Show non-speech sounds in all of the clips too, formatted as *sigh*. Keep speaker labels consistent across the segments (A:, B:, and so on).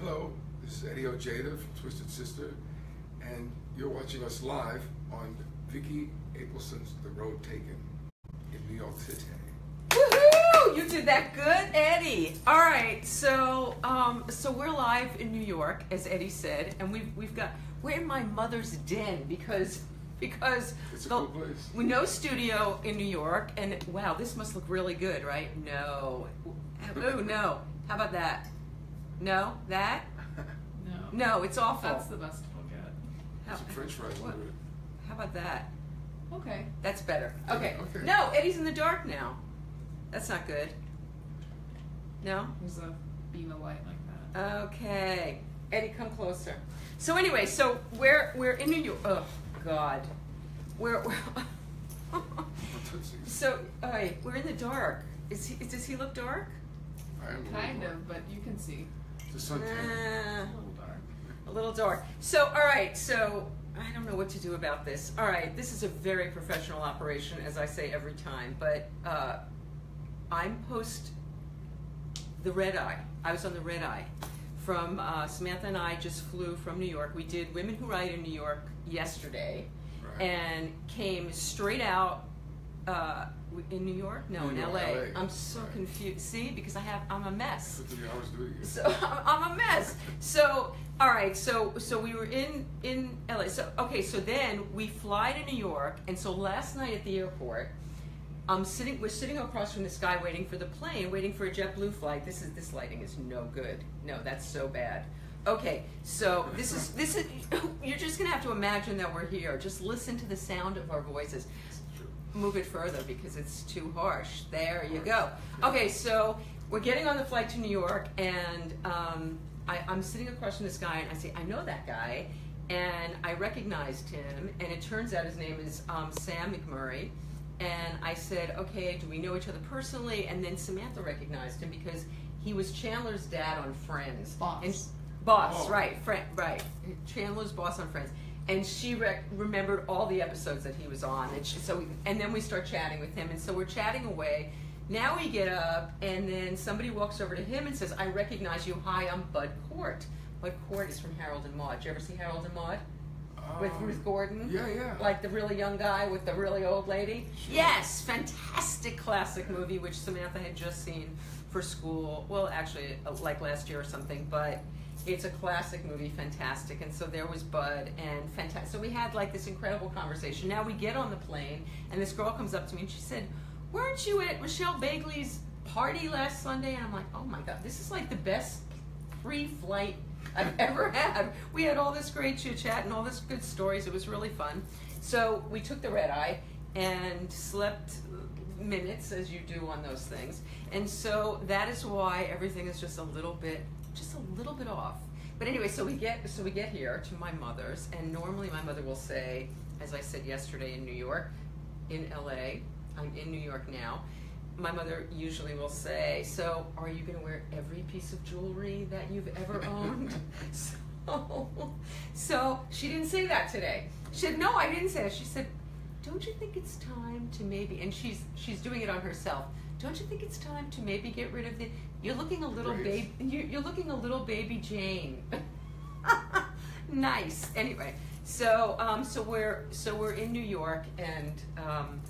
A: Hello, this is Eddie Ojeda from Twisted Sister, and you're watching us live on Vicki Apelson's The Road Taken in New York
B: *laughs*
A: City.
B: Woohoo! You did that good, Eddie. All right, so um, so we're live in New York, as Eddie said, and we've we've got we're in my mother's den because because
A: It's a cool place.
B: we no studio in New York, and wow, this must look really good, right? No, oh no, how about that? No, that
C: No.
B: no, it's awful.
C: That's the best we'll get.
B: how,
A: Some french fries
B: what-
A: under it.
B: how about that?
C: Okay.
B: That's better. Okay.
A: Okay.
B: No, Eddie's in the dark now. That's not good. No.
C: There's a beam of light like that.
B: Okay. Eddie, come closer. So anyway, so we're we're in New York. Oh God, we're, *laughs* we're
A: Tootsies.
B: so all right, we're in the dark. Is he? Does he look dark?
A: I am a little
C: Kind
A: dark.
C: of, but you can see.
A: The sun came.
B: Nah,
C: A little dark.
B: a little dark. So all right, so I don't know what to do about this. All right, this is a very professional operation, as I say every time. But uh, I'm post the red eye. I was on the red eye. From uh, Samantha and I just flew from New York. We did Women Who Ride in New York yesterday,
A: Right.
B: and came straight out uh, w- in New York. No,
A: New
B: in
A: York,
B: LA.
A: LA.
B: I'm so
A: Right.
B: confused. See, because I have I'm a mess.
A: Took three hours to do it again.
B: So *laughs* I'm a mess. So all right. So so we were in in LA. So okay. So then we fly to New York, and so last night at the airport, I'm sitting. We're sitting across from this guy waiting for the plane, waiting for a JetBlue flight. This is this lighting is no good. No, that's so bad. Okay, so this is this is. *laughs* You're just gonna have to imagine that we're here. Just listen to the sound of our voices move it further because it's too harsh. There you go. Okay, so we're getting on the flight to New York, and um, I, I'm sitting across from this guy, and I say, I know that guy, and I recognized him, and it turns out his name is um, Sam McMurray. And I said, okay, do we know each other personally? And then Samantha recognized him because he was Chandler's dad on Friends.
C: Boss.
B: And boss,
A: Oh.
B: right, friend, right. Chandler's boss on Friends, and she rec- remembered all the episodes that he was on, and she, so we, and then we start chatting with him, and so we're chatting away. Now we get up, and then somebody walks over to him and says, "I recognize you. Hi, I'm Bud Cort. Bud Cort is from Harold and Maude. Did you ever see Harold and Maude with
A: Um,
B: Ruth Gordon?
A: Yeah, yeah.
B: like the really young guy with the really old lady.
A: Sure.
B: Yes, fantastic classic movie which Samantha had just seen for school. Well, actually, uh, like last year or something, but it's a classic movie, fantastic. And so there was Bud and fantastic. So we had like this incredible conversation. Now we get on the plane, and this girl comes up to me and she said, "Weren't you at Michelle Bagley's party last Sunday?" And I'm like, "Oh my god, this is like the best pre-flight I've *laughs* ever had. We had all this great chit chat and all this good stories. It was really fun. So we took the red eye and slept minutes as you do on those things. And so that is why everything is just a little bit just a little bit off. But anyway, so we get so we get here to my mother's and normally my mother will say, as I said yesterday in New York, in LA, I'm in New York now. My mother usually will say, "So, are you going to wear every piece of jewelry that you've ever owned?" so, *laughs* so she didn't say that today. She said, "No, I didn't say that." She said, "Don't you think it's time to maybe?" And she's she's doing it on herself. Don't you think it's time to maybe get rid of the? You're looking a little baby.
A: Braids.
B: You're, you're looking a little baby Jane. *laughs* nice. Anyway, so um, so we're so we're in New York, and um,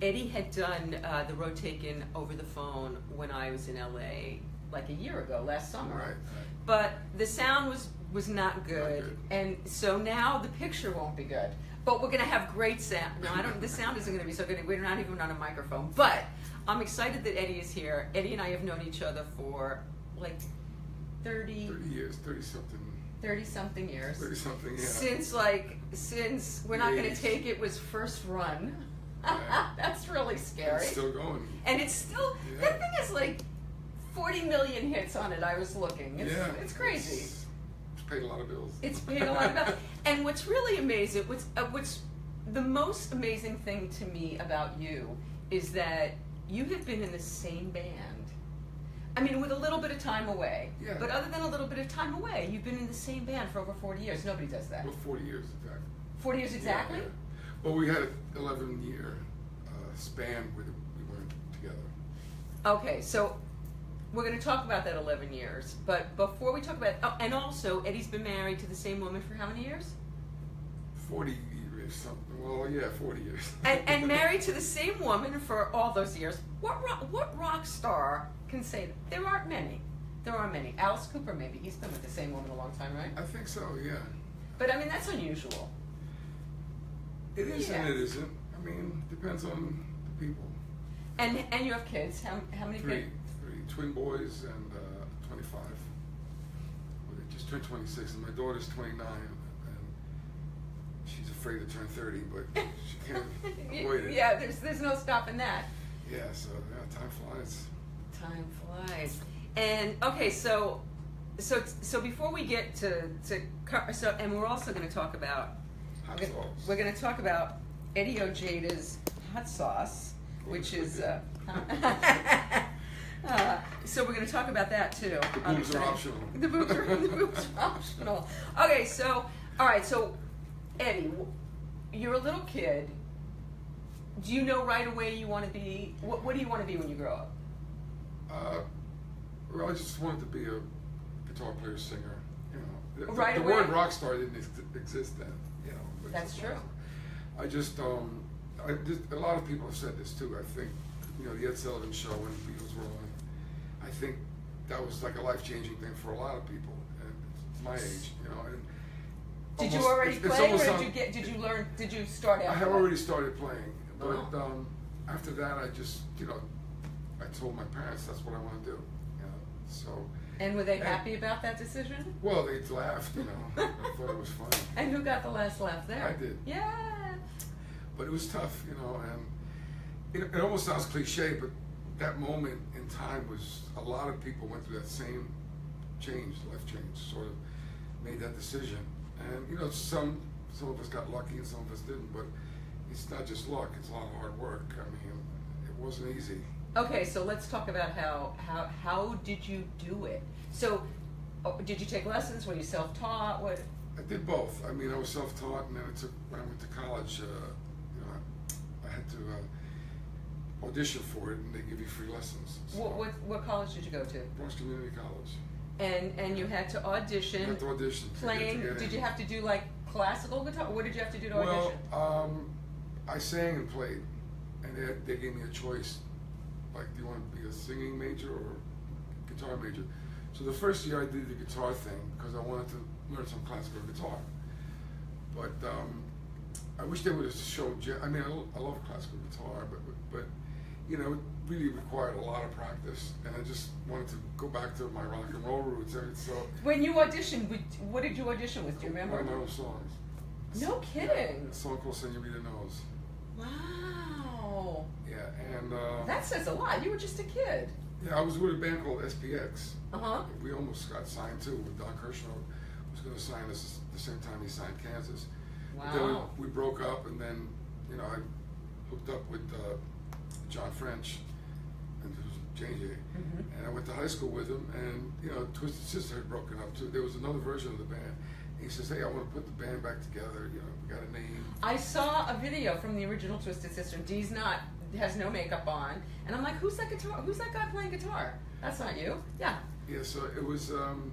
B: Eddie had done uh, the road taken over the phone when I was in LA, like a year ago, last
A: All
B: summer.
A: right.
B: But the sound was was not good,
A: good.
B: and so now the picture won't be good. But we're gonna have great sound. No, I don't. The sound isn't gonna be so good. We're not even on a microphone. But I'm excited that Eddie is here. Eddie and I have known each other for like 30,
A: 30 years, 30 something.
B: 30 something years
A: 30 something, yeah.
B: since like since we're not gonna
A: Yes.
B: take it was first run.
A: Yeah.
B: *laughs* That's really scary.
A: It's still going.
B: and it's still
A: Yeah.
B: that thing is like forty million hits on it. I was looking. It's,
A: yeah.
B: it's crazy.
A: It's, it's paid a lot of bills.
B: It's paid a lot of bills. And what's really amazing, what's uh, what's the most amazing thing to me about you is that you have been in the same band. I mean, with a little bit of time away.
A: Yeah.
B: But other than a little bit of time away, you've been in the same band for over forty years. Nobody does
A: *laughs*
B: that.
A: Well, 40 years, exactly.
B: Forty years exactly.
A: Yeah, yeah. Well, we had an 11 year uh, span where we weren't together.
B: Okay, so We're going to talk about that 11 years, but before we talk about, oh, and also Eddie's been married to the same woman for how many years?
A: 40 years, something. Well, yeah, 40 years.
B: And, and married to the same woman for all those years. What rock, what rock star can say that? There aren't many. There aren't many. Alice Cooper, maybe. He's been with the same woman a long time, right?
A: *laughs* I think so, yeah.
B: But I mean, that's unusual.
A: It is
B: Yeah.
A: and it isn't. I mean, depends on the people.
B: And and you have kids. How, how many
A: Three,
B: kids? *laughs*
A: three twin boys and uh, 25. Well, they just turned 26, and my daughter's 29, and she's afraid to turn 30, but she
B: *laughs*
A: can't avoid it.
B: yeah, there's there's no stopping that.
A: Yeah, so yeah, time flies.
B: Time flies. And okay, so so so before we get to to co- so and we're also going to talk about
A: Hot
B: we're gonna-
A: sauce.
B: We're going to talk about Eddie Ojeda's hot sauce, which is.
A: *laughs*
B: Uh, uh, so we're going to talk about that too.
A: The
B: I'm
A: boobs are
B: excited.
A: optional.
B: *laughs* The boobs are, the boobs are optional. Okay, so all right, so Eddie, w- you're a little kid. Do you know right away you want to be? What, what do you want to be when you grow up?
A: Uh, well, I just wanted to be a guitar player, singer. You know, the,
B: Right
A: the
B: away.
A: word rock star didn't ex- exist then. You know, but
B: That's
A: it's-
B: true.
A: I just, um, I just, a lot of people have said this too. I think, you know, the Ed Sullivan Show when the Beatles were on, I think that was like a life changing thing for a lot of people, and it's my age, you know. And
B: Did you
A: almost-
B: already
A: it's- it's
B: play, or
A: almost
B: did
A: sound-
B: you get? Did you learn? Did you start out?
A: I had already started playing, but
B: Oh.
A: um, after that, I just, you know, I told my parents that's what I want to do. You know? So,
B: And were they happy about that decision?
A: well, they laughed, you know. I thought it was fun,
B: And who got the last laugh there?
A: I did.
B: Yeah.
A: but it was tough, you know. And it, it almost sounds cliche, but that moment in time was a lot of people went through that same change, life change, sort of made that decision. And you know, some some of us got lucky and some of us didn't, but it's not just luck; it's a lot of hard work. I mean, it wasn't easy.
B: Okay, so let's talk about how how how did you do it? So, oh, did you take lessons? Were you self-taught? What?
A: I did both. I mean, I was self-taught, and then I took when I went to college, uh, you know, I, I had to uh, audition for it, and they give you free lessons. So,
B: What, what what college did you go to?
A: Bronx Community College.
B: And and you had to
A: I
B: audition
A: had to audition. to get-
B: playing.
A: To get
B: Did
A: in.
B: you have to do like classical guitar? What did you have to do to
A: Well,
B: audition?
A: um, I sang and played, and they, they gave me a choice, like, do you want to be a singing major or guitar major? So the first year I did the guitar thing because I wanted to learn some classical guitar. But um, I wish they would have showed. Je- I mean, I, lo- I love classical guitar, but but you know, it really required a lot of practice, and I just wanted to go back to my rock and roll roots. And so
B: When you auditioned, would, what did you audition with? Do you remember?
A: one of my own songs.
B: No kidding.
A: A song called "Senorita Knows."
B: Wow,
A: Yeah, and uh,
B: that says a lot. You were just a kid.
A: yeah, I was with a band called SPX.
B: Uh huh.
A: We almost got signed too. With Don Kershaw was going to sign us the same time he signed Kansas. But then
B: Wow.
A: we, we broke up, and then you know I hooked up with uh, John French, and who's JJ,
B: Mhm.
A: and I went to high school with him. And you know Twisted Sister had broken up too. There was another version of the band. And he says, "Hey, I want to put the band back together. You know, we got a name."
B: I saw a video from the original Twisted Sister. Dee's not has no makeup on, and I'm like, who's that guitar? Who's that guy playing guitar? That's not you. Yeah.
A: Yeah, so it was. Um,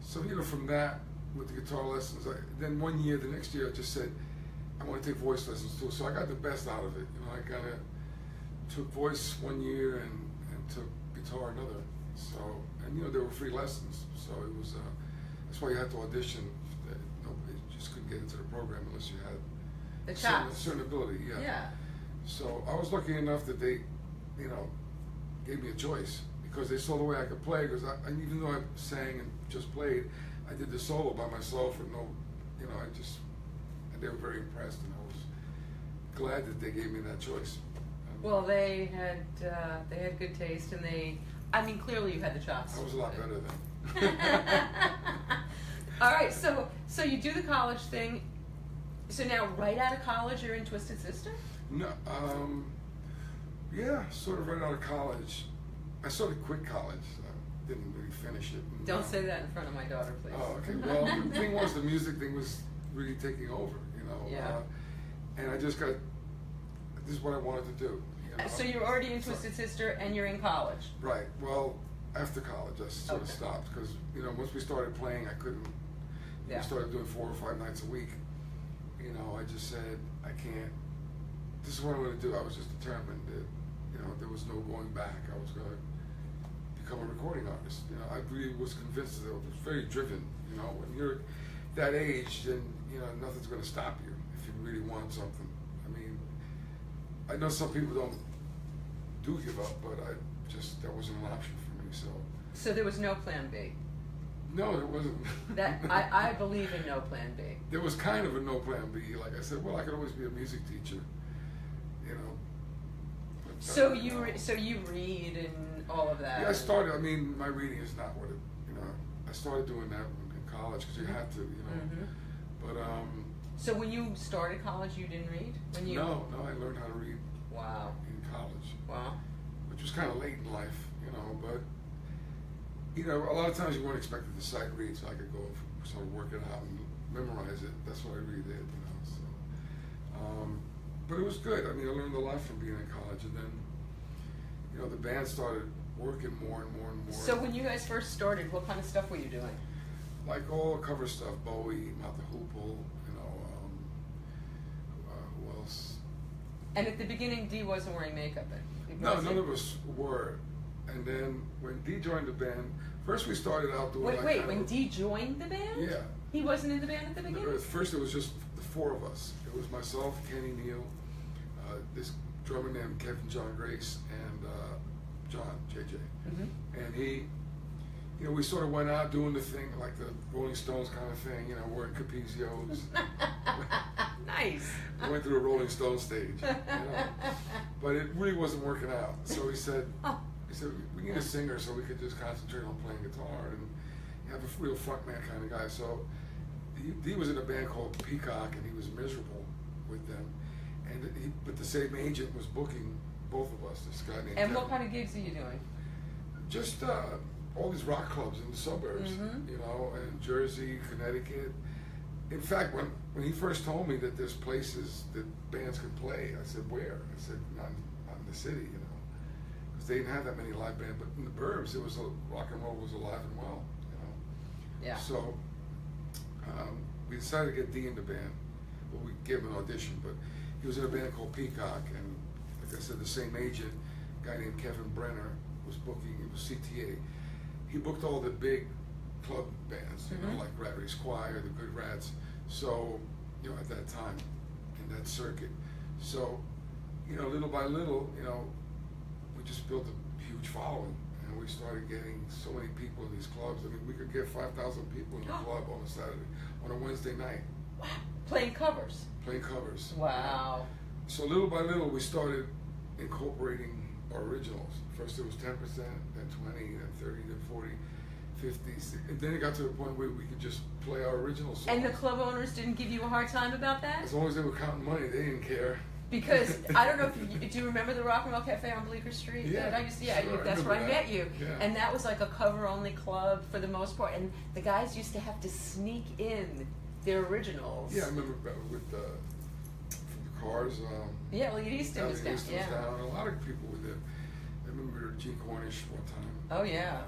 A: so you know, from that with the guitar lessons, I, then one year, the next year, I just said I want to take voice lessons too. So I got the best out of it. You know, I kind of took voice one year and and took guitar another. So and you know there were free lessons. So it was. Uh, that's why you had to audition. Nobody just couldn't get into the program unless you had
B: The
A: a certain, a
B: chops.
A: certain ability.
B: Yeah.
A: So I was lucky enough that they, you know, gave me a choice because they saw the way I could play. Because I, and even though I sang and just played, I did the solo by myself and no, you know, I just, and they were very impressed, and I was glad that they gave me that choice. Um,
B: Well, they had uh, they had good taste, and they. I mean, clearly you had the chops.
A: I was a lot better then.
B: *laughs* All right, so so you do the college thing. So now, right out of college, you're in Twisted Sister.
A: *laughs* No, um, yeah, sort of right out of college. I sort of quit college. I didn't really finish it. and,
B: Don't
A: uh,
B: say that in front of my daughter, please.
A: Oh, okay. Well, the thing was, the music thing was really taking over, you know.
B: Yeah.
A: Uh, and I just got, this is what I wanted to do. You know?
B: Uh, So you're already in Twisted Sister, and you're in college.
A: Right. Well, after college, I sort of
B: Okay.
A: stopped because you know once we started playing, I couldn't.
B: Yeah.
A: We started doing four or five nights a week. You know, I just said I can't. This is what I'm going to do. I was just determined that you know there was no going back. I was going to become a recording artist. You know, I really was convinced that I was very driven. You know, when you're that age, then you know nothing's going to stop you if you really want something. I mean, I know some people don't do give up, but I just that wasn't an option for me. So
B: So there was no plan B.
A: no, it wasn't.
B: That
A: *laughs*
B: I, I believe in no plan B.
A: There was kind of a no plan B. Like I said, well, I could always be a music teacher. You know. But, uh,
B: So you
A: no.
B: re- so you read and all of that.
A: Yeah, I started. I mean, my reading is not what it. You know, I started doing that in college because you had to. You know.
B: hmm
A: But um,
B: So when you started college, you didn't read. When you
A: no, no, I learned how to read
B: wow
A: in college.
B: wow
A: which was kind of late in life, you know. But you know, a lot of times you weren't expected to sight read, so I could go f- sort of work it out and memorize it. That's what I really did, you know. So, um, but it was good. I mean, I learned a lot from being in college, and then you know, the band started working more and more and more.
B: So when you guys first started, what kind of stuff were you doing?
A: like all cover stuff, Bowie, Mount the Hoople, you know, um, uh, who else?
B: And at the beginning, Dee wasn't wearing makeup. It, it
A: No,
B: wasn't-
A: none of us were. And then when Dee joined the band, first we started out doing
B: Wait,
A: like
B: wait.
A: kind
B: When
A: of-
B: Dee joined the band,
A: Yeah.
B: he wasn't in the band at the beginning.
A: At first, it was just the four of us. It was myself, Kenny Neal, uh, this drummer named Kevin John Grace, and uh, John JJ.
B: Mhm.
A: And he, you know, we sort of went out doing the thing like the Rolling Stones kind of thing. You know, wearing
B: *laughs*
A: capezios.
B: nice.
A: we went through the Rolling Stones stage. You
B: *laughs*
A: know? But it really wasn't working out. So he said, he said we need a singer so we could just concentrate on playing guitar and have a real frontman kind of guy. So he, he was in a band called Peacock and he was miserable with them. And he, but the same agent was booking both of us. This guy named
B: and
A: Kevin.
B: what kind of gigs are you doing?
A: just uh, all these rock clubs in the suburbs,
B: Mhm.
A: you know, in Jersey, Connecticut. In fact, when, when he first told me that there's places that bands can play, I said, where? I said, not, in- not in the city, you know, because they didn't have that many live bands. But in the burbs, it was a, rock and roll was alive and well, you know.
B: Yeah.
A: So um, we decided to get D in the band. Well, we gave him an audition, but he was in a band called Peacock, and like I said, the same agent, a guy named Kevin Brenner, was booking. It was CTA. He booked all the big club bands, you
B: Mhm.
A: know, like Rat Race Choir, the Good Rats. So, you know, at that time, in that circuit. So, you know, little by little, you know, we just built a huge following and we started getting so many people in these clubs. I mean, we could get 5,000 people in
B: *gasps*
A: the club on a Saturday, on a Wednesday night,
B: Playing covers.
A: playing covers.
B: Wow.
A: So little by little, we started incorporating our originals. First it was 10%, then 20, then 30, then 40, 50. And then it got to the point where we could just play our original songs.
B: And the club owners didn't give you a hard time about
A: *laughs*
B: that?
A: as long as they were counting money, they didn't care.
B: Because I don't know if you do you remember the Rock and Roll Cafe on Bleecker Street?
A: Yeah,
B: That I used to, yeah,
A: sure, I
B: that's where I
A: remember that.
B: met you.
A: Yeah.
B: And that was like a cover only club for the most part. And the guys used to have to sneak in their originals.
A: Yeah, I remember with uh, the cars. Um,
B: Yeah, well, Easton was down.
A: Houston was
B: Yeah.
A: down. A lot of people were there. I remember Gene Cornish one time.
B: Oh, yeah.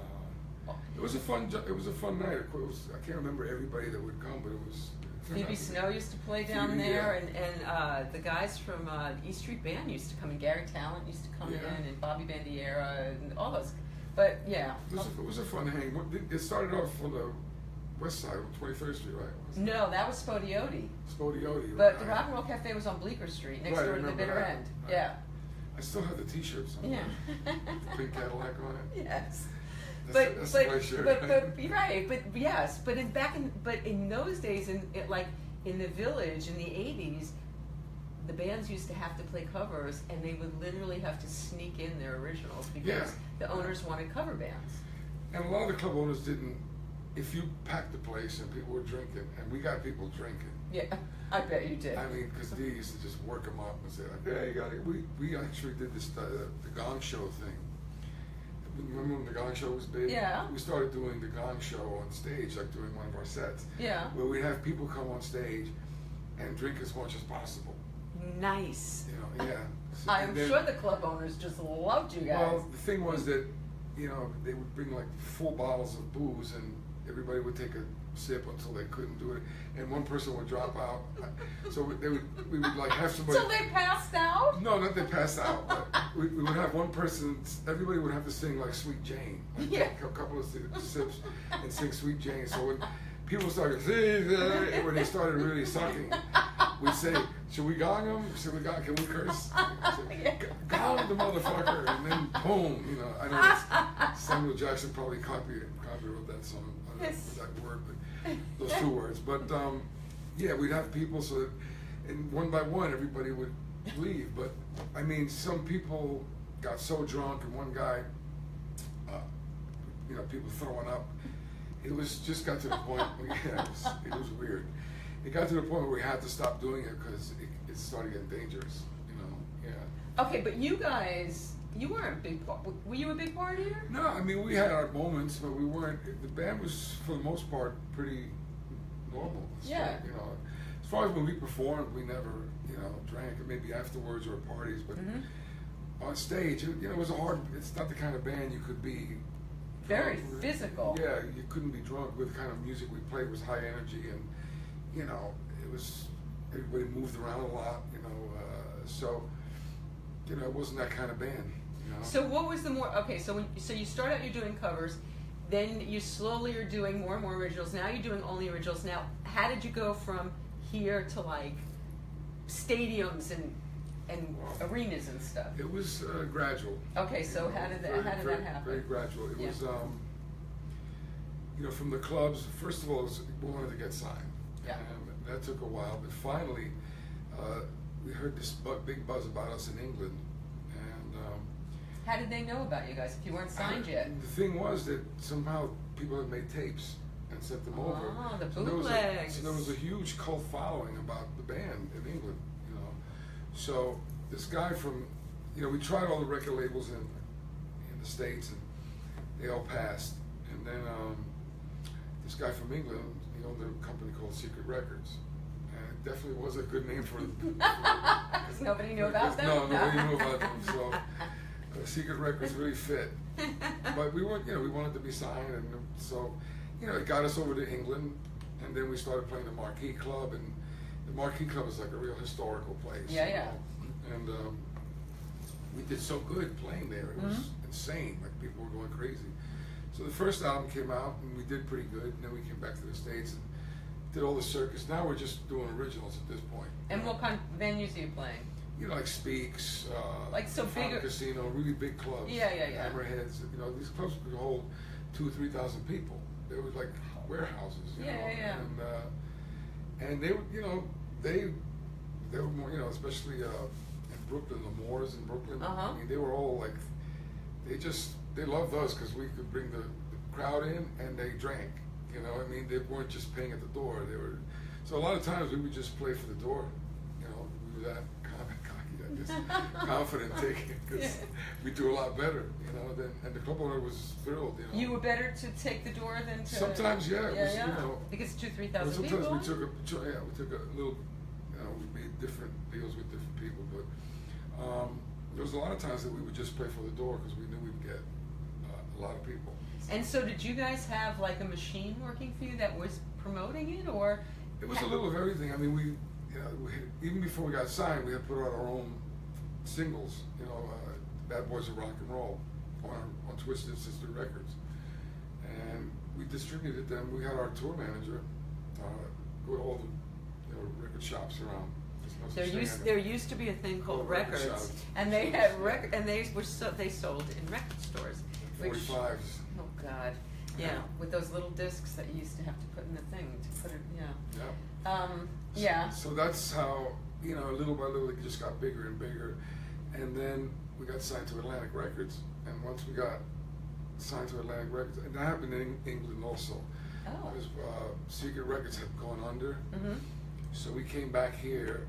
A: Uh, it was a fun. jo- It was a fun night. It was, I can't remember everybody that would come, but it was. it turned out
B: Phoebe
A: to be-
B: Snow used to play down
A: Phoebe,
B: there,
A: yeah.
B: and, and uh, the guys from uh, the East Street Band used to come in. Gary Talent used to come
A: Yeah.
B: in, and Bobby Bandiera, and all those. But yeah.
A: It was, a, it was a fun hang. What- It started off on the west side, on Twenty Third Street, right? Was it
B: No, that was Spodiote.
A: Spodiote.
B: But the
A: right?
B: Rock and Roll Cafe was on Bleecker Street, next
A: Right, I
B: door to the
A: remember
B: bitter
A: that.
B: end.
A: Right.
B: Yeah.
A: I still have the T-shirt somewhere.
B: Yeah.
A: The pink Cadillac on it.
B: *laughs* Yes.
A: That's-
B: But,
A: that's
B: but,
A: my shirt. *laughs*
B: but, but, but, right, but yes, but in back in, but in those days, in it, like in the village in the 80s, the bands used to have to play covers and they would literally have to sneak in their originals because
A: Yeah.
B: the owners wanted cover bands.
A: And a lot of the club owners didn't. If you packed the place and people were drinking, and we got people drinking,
B: Yeah, I bet you did.
A: I mean, because Dee used to just work them up and say, like, "Hey, you got it." We we actually did this uh, the Gong Show thing. Remember when the Gong Show was big?
B: Yeah.
A: We started doing the Gong Show on stage, like doing one of our sets,
B: yeah.
A: where we'd have people come on stage and drink as much as possible.
B: Nice.
A: You know, yeah. So-
B: I'm
A: and then-
B: sure the club owners just loved you guys.
A: Well, the thing was that you know, they would bring like full bottles of booze and everybody would take a sip until they couldn't do it. And one person would drop out. *laughs* So we- they would, we would like have somebody.
B: Till they passed out?
A: No, not they pass out. But we, we would have one person, everybody would have to sing like Sweet Jane. Like
B: Yeah.
A: take A couple of si- sips and sing Sweet Jane. So when people started, when they started really sucking, we'd say, Should we gong them? Should we gong? Can we curse?
B: *laughs* Yeah.
A: G- Gong the motherfucker. And then boom, you know, I know it's- Samuel Jackson probably copied, copywrote that song. I don't
B: Yes.
A: know that word, but those two words. But um, yeah, we'd have people so that, and one by one, everybody would leave. But I mean, some people got so drunk, and one guy, uh, you know, people throwing up. It was just got to the point. *laughs* yeah, it, was, it was weird. It got to the point where we had to stop doing it because it, it started getting dangerous. You know, yeah.
B: Okay, but you guys, you weren't a big part. Were you a big partier?
A: No, I mean we had our moments, but we weren't. The band was, for the most part, pretty normal. So,
B: Yeah.
A: You know, as far as when we performed, we never, you know, drank. Maybe afterwards or at parties, but
B: Mhm.
A: on stage, it, you know, it was a hard. It's not the kind of band you could be.
B: Very
A: drunk with.
B: physical.
A: Yeah, you couldn't be drunk with the kind of music we played. Was high energy, and you know, it was everybody moved around a lot. You know, uh, so you know, it wasn't that kind of band. You know.
B: So what was the more okay? So when, so you start out, you're doing covers, then you slowly are doing more and more originals. Now you're doing only originals. Now, how did you go from here to like stadiums and and arenas and stuff?
A: It was uh, gradual.
B: Okay, so
A: You know,
B: how did that
A: very-
B: how did
A: very-
B: that happen?
A: Very gradual. It
B: Yeah.
A: was, um, you know, from the clubs. First of all, it was, we wanted to get signed.
B: Yeah.
A: And that took a while, but finally, uh, we heard this bu- big buzz about us in England, and. Um,
B: How did they know about you guys if you weren't signed yet?
A: the thing was that somehow people had made tapes and sent them over.
B: Ah, the
A: so there, was a,
B: bootlegs.
A: so there was a huge cult following about the band in England, you know. So this guy from, you know, we tried all the record labels in in the states and they all passed. And then um, this guy from England, he owned a company called Secret Records, and it definitely was a good name for.
B: *laughs* Because nobody knew about them.
A: No, nobody knew
B: *laughs*
A: about them. So uh, Secret Records really fit *laughs* but we weren't, you know, we wanted to be signed, and um, so, you know, it got us over to England, and then we started playing the Marquee Club, and the Marquee Club is like a real historical place.
B: Yeah,
A: you
B: yeah.
A: know, And um, we did so good playing there; it was
B: Mm-hmm.
A: insane. Like people were going crazy. So the first album came out, and we did pretty good. And then we came back to the states and did all the circus. Now we're just doing originals at this point.
B: and what kind of venues are you playing?
A: You know, like Speaks, uh,
B: Like, so
A: Fountain
B: bigger-
A: Casino, really big clubs.
B: Yeah, yeah, yeah.
A: Hammerheads, you know, these clubs could hold two, three thousand people. They were like warehouses, you
B: Yeah,
A: know.
B: yeah, yeah.
A: And, uh, and they, were, you know, they, they were more, you know, especially uh, in Brooklyn, the Moors in Brooklyn.
B: Uh-huh.
A: I mean, they were all like, they just, they loved us because we could bring the, the crowd in and they drank. You know, I mean, they weren't just paying at the door. They were, so a lot of times we would just play for the door. You know, we were that *laughs* kind of cocky, I
B: *laughs*
A: guess, confident taking because
B: Yeah.
A: we do a lot better. You know, than, and the club owner was thrilled. You know,
B: You were better to take the door than to.
A: Sometimes, yeah, it
B: yeah,
A: was, you
B: yeah.
A: know-
B: because two, three
A: Well,
B: thousand people.
A: sometimes we took a cho- yeah, we took a little. You know, we made different deals with different people, but um, there was a lot of times that we would just play for the door because we knew we'd get uh, a lot of people.
B: And so, did you guys have like a machine working for you that was promoting it, or?
A: It was a little of everything. I mean, we, you know, we had, even before we got signed, we had put out our own singles. You know, uh, "Bad Boys of Rock and Roll" on our, on Twisted Sister Records, and we distributed them. We had our tour manager uh, go to all the you know, record shops around. There's no such
B: There
A: thing
B: used
A: anymore.
B: there used to be a thing called
A: Called record
B: records,
A: shops.
B: and they had record and they were so they sold in record stores. Which,
A: 45s.
B: Oh God, yeah,
A: Yeah.
B: with those little discs that you used to have to put in the thing to put it, yeah,
A: Yeah.
B: um, yeah.
A: So that's how, you know, little by little it just got bigger and bigger. And then we got signed to Atlantic Records. And once we got signed to Atlantic Records, and that happened in England also.
B: Oh,
A: Because uh, Secret Records had gone under.
B: hmm
A: So we came back here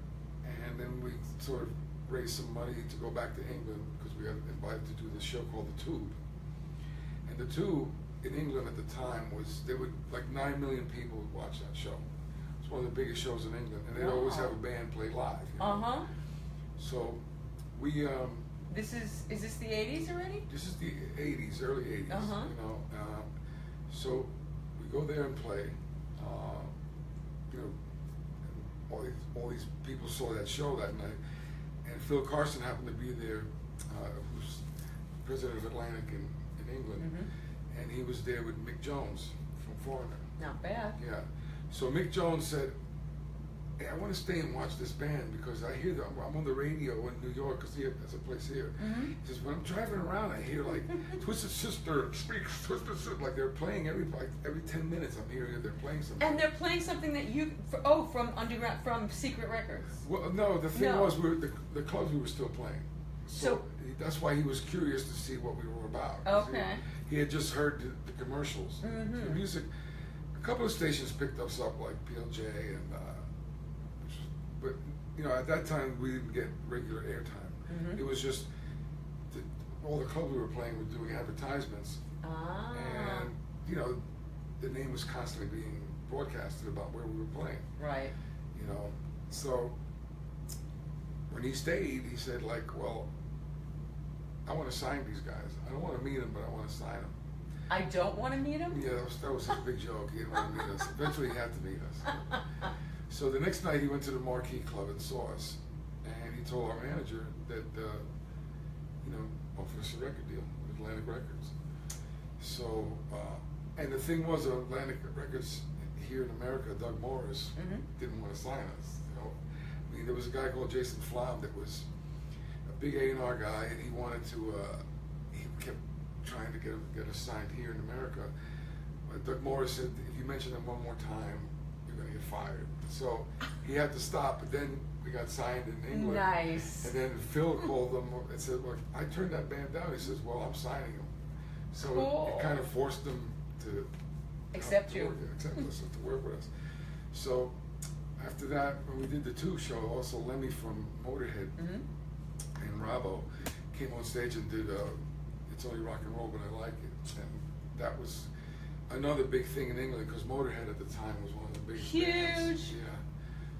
A: and then we sort of raised some money to go back to England because we got invited to do this show called The Tube. And The Tube in England at the time was, there were like 9 million people would watch that show. It's one of the biggest shows in England. And they'd always
B: Wow.
A: have a band play live. you know?
B: uh huh.
A: So we um,
B: This is, is this the eighties already?
A: This is the '80s, early '80s.
B: Uh-huh.
A: You know, uh, so we go there and play. Uh, you know, and all these all these people saw that show that night, and Phil Carson happened to be there, uh, who's president of Atlantic in, in England,
B: Mm-hmm.
A: and he was there with Mick Jones from Foreigner.
B: Not bad.
A: Yeah. So Mick Jones said, "Hey, I want to stay and watch this band because I hear them. I'm on the radio in New York because there's a place here."
C: Mm-hmm.
A: He says, when I'm driving around, I hear like Twisted Sister, Shriek, Twisted Sister, like they're playing every like every ten minutes. I'm hearing that they're playing something.
B: And they're playing something that you, fr- oh, from underground, from Secret Records.
A: well, no, the thing
B: No.
A: was, we were, the the clubs we were still playing, so,
B: So-
A: he- that's why he was curious to see what we were about. 'cause he-
B: Okay.
A: He, had just heard the, the commercials,
B: Mhm.
A: the music. A couple of stations picked us up, like PLJ and, uh, which was- but you know, at that time we didn't get regular airtime.
B: Mhm.
A: It was just the, all the clubs we were playing were doing advertisements.
B: Ah.
A: and you know the name was constantly being broadcasted about where we were playing
B: Right.
A: you know so when he stayed he said like well i want to sign these guys i don't want to meet them but i want to sign them
B: I don't want to meet him?
A: yeah that was, that was his big joke he didn't want to meet us eventually he had to meet us so the next night he went to the marquee club and saw us and he told our manager that uh, you know offered us a record deal with atlantic records so uh, and the thing was uh, atlantic records here in america doug morris
B: Mhm.
A: didn't want to sign us you know i mean there was a guy called jason flamm that was a big a&r guy and he wanted to uh, he kept trying to get, get us signed here in america but Doug Morris said, if you mention him one more time, you're going to get fired. So he had to stop, but then we got signed in England.
B: Nice.
A: And then Phil called them and said, look, I turned that band down. He says, well, I'm signing him. So it-
B: Cool.
A: it kind of forced them to
B: *laughs* Accept
A: to
B: you.
A: work- accept us, to work with us. So after that, when we did the two show, also Lemmy from Motorhead
B: hmm
A: and Robbo came on stage and did uh, "It's Only Rock and Roll, But I Like It," and that was another big thing in England because Motorhead at the time was one of the biggest bands.
B: Huge.
A: Yeah.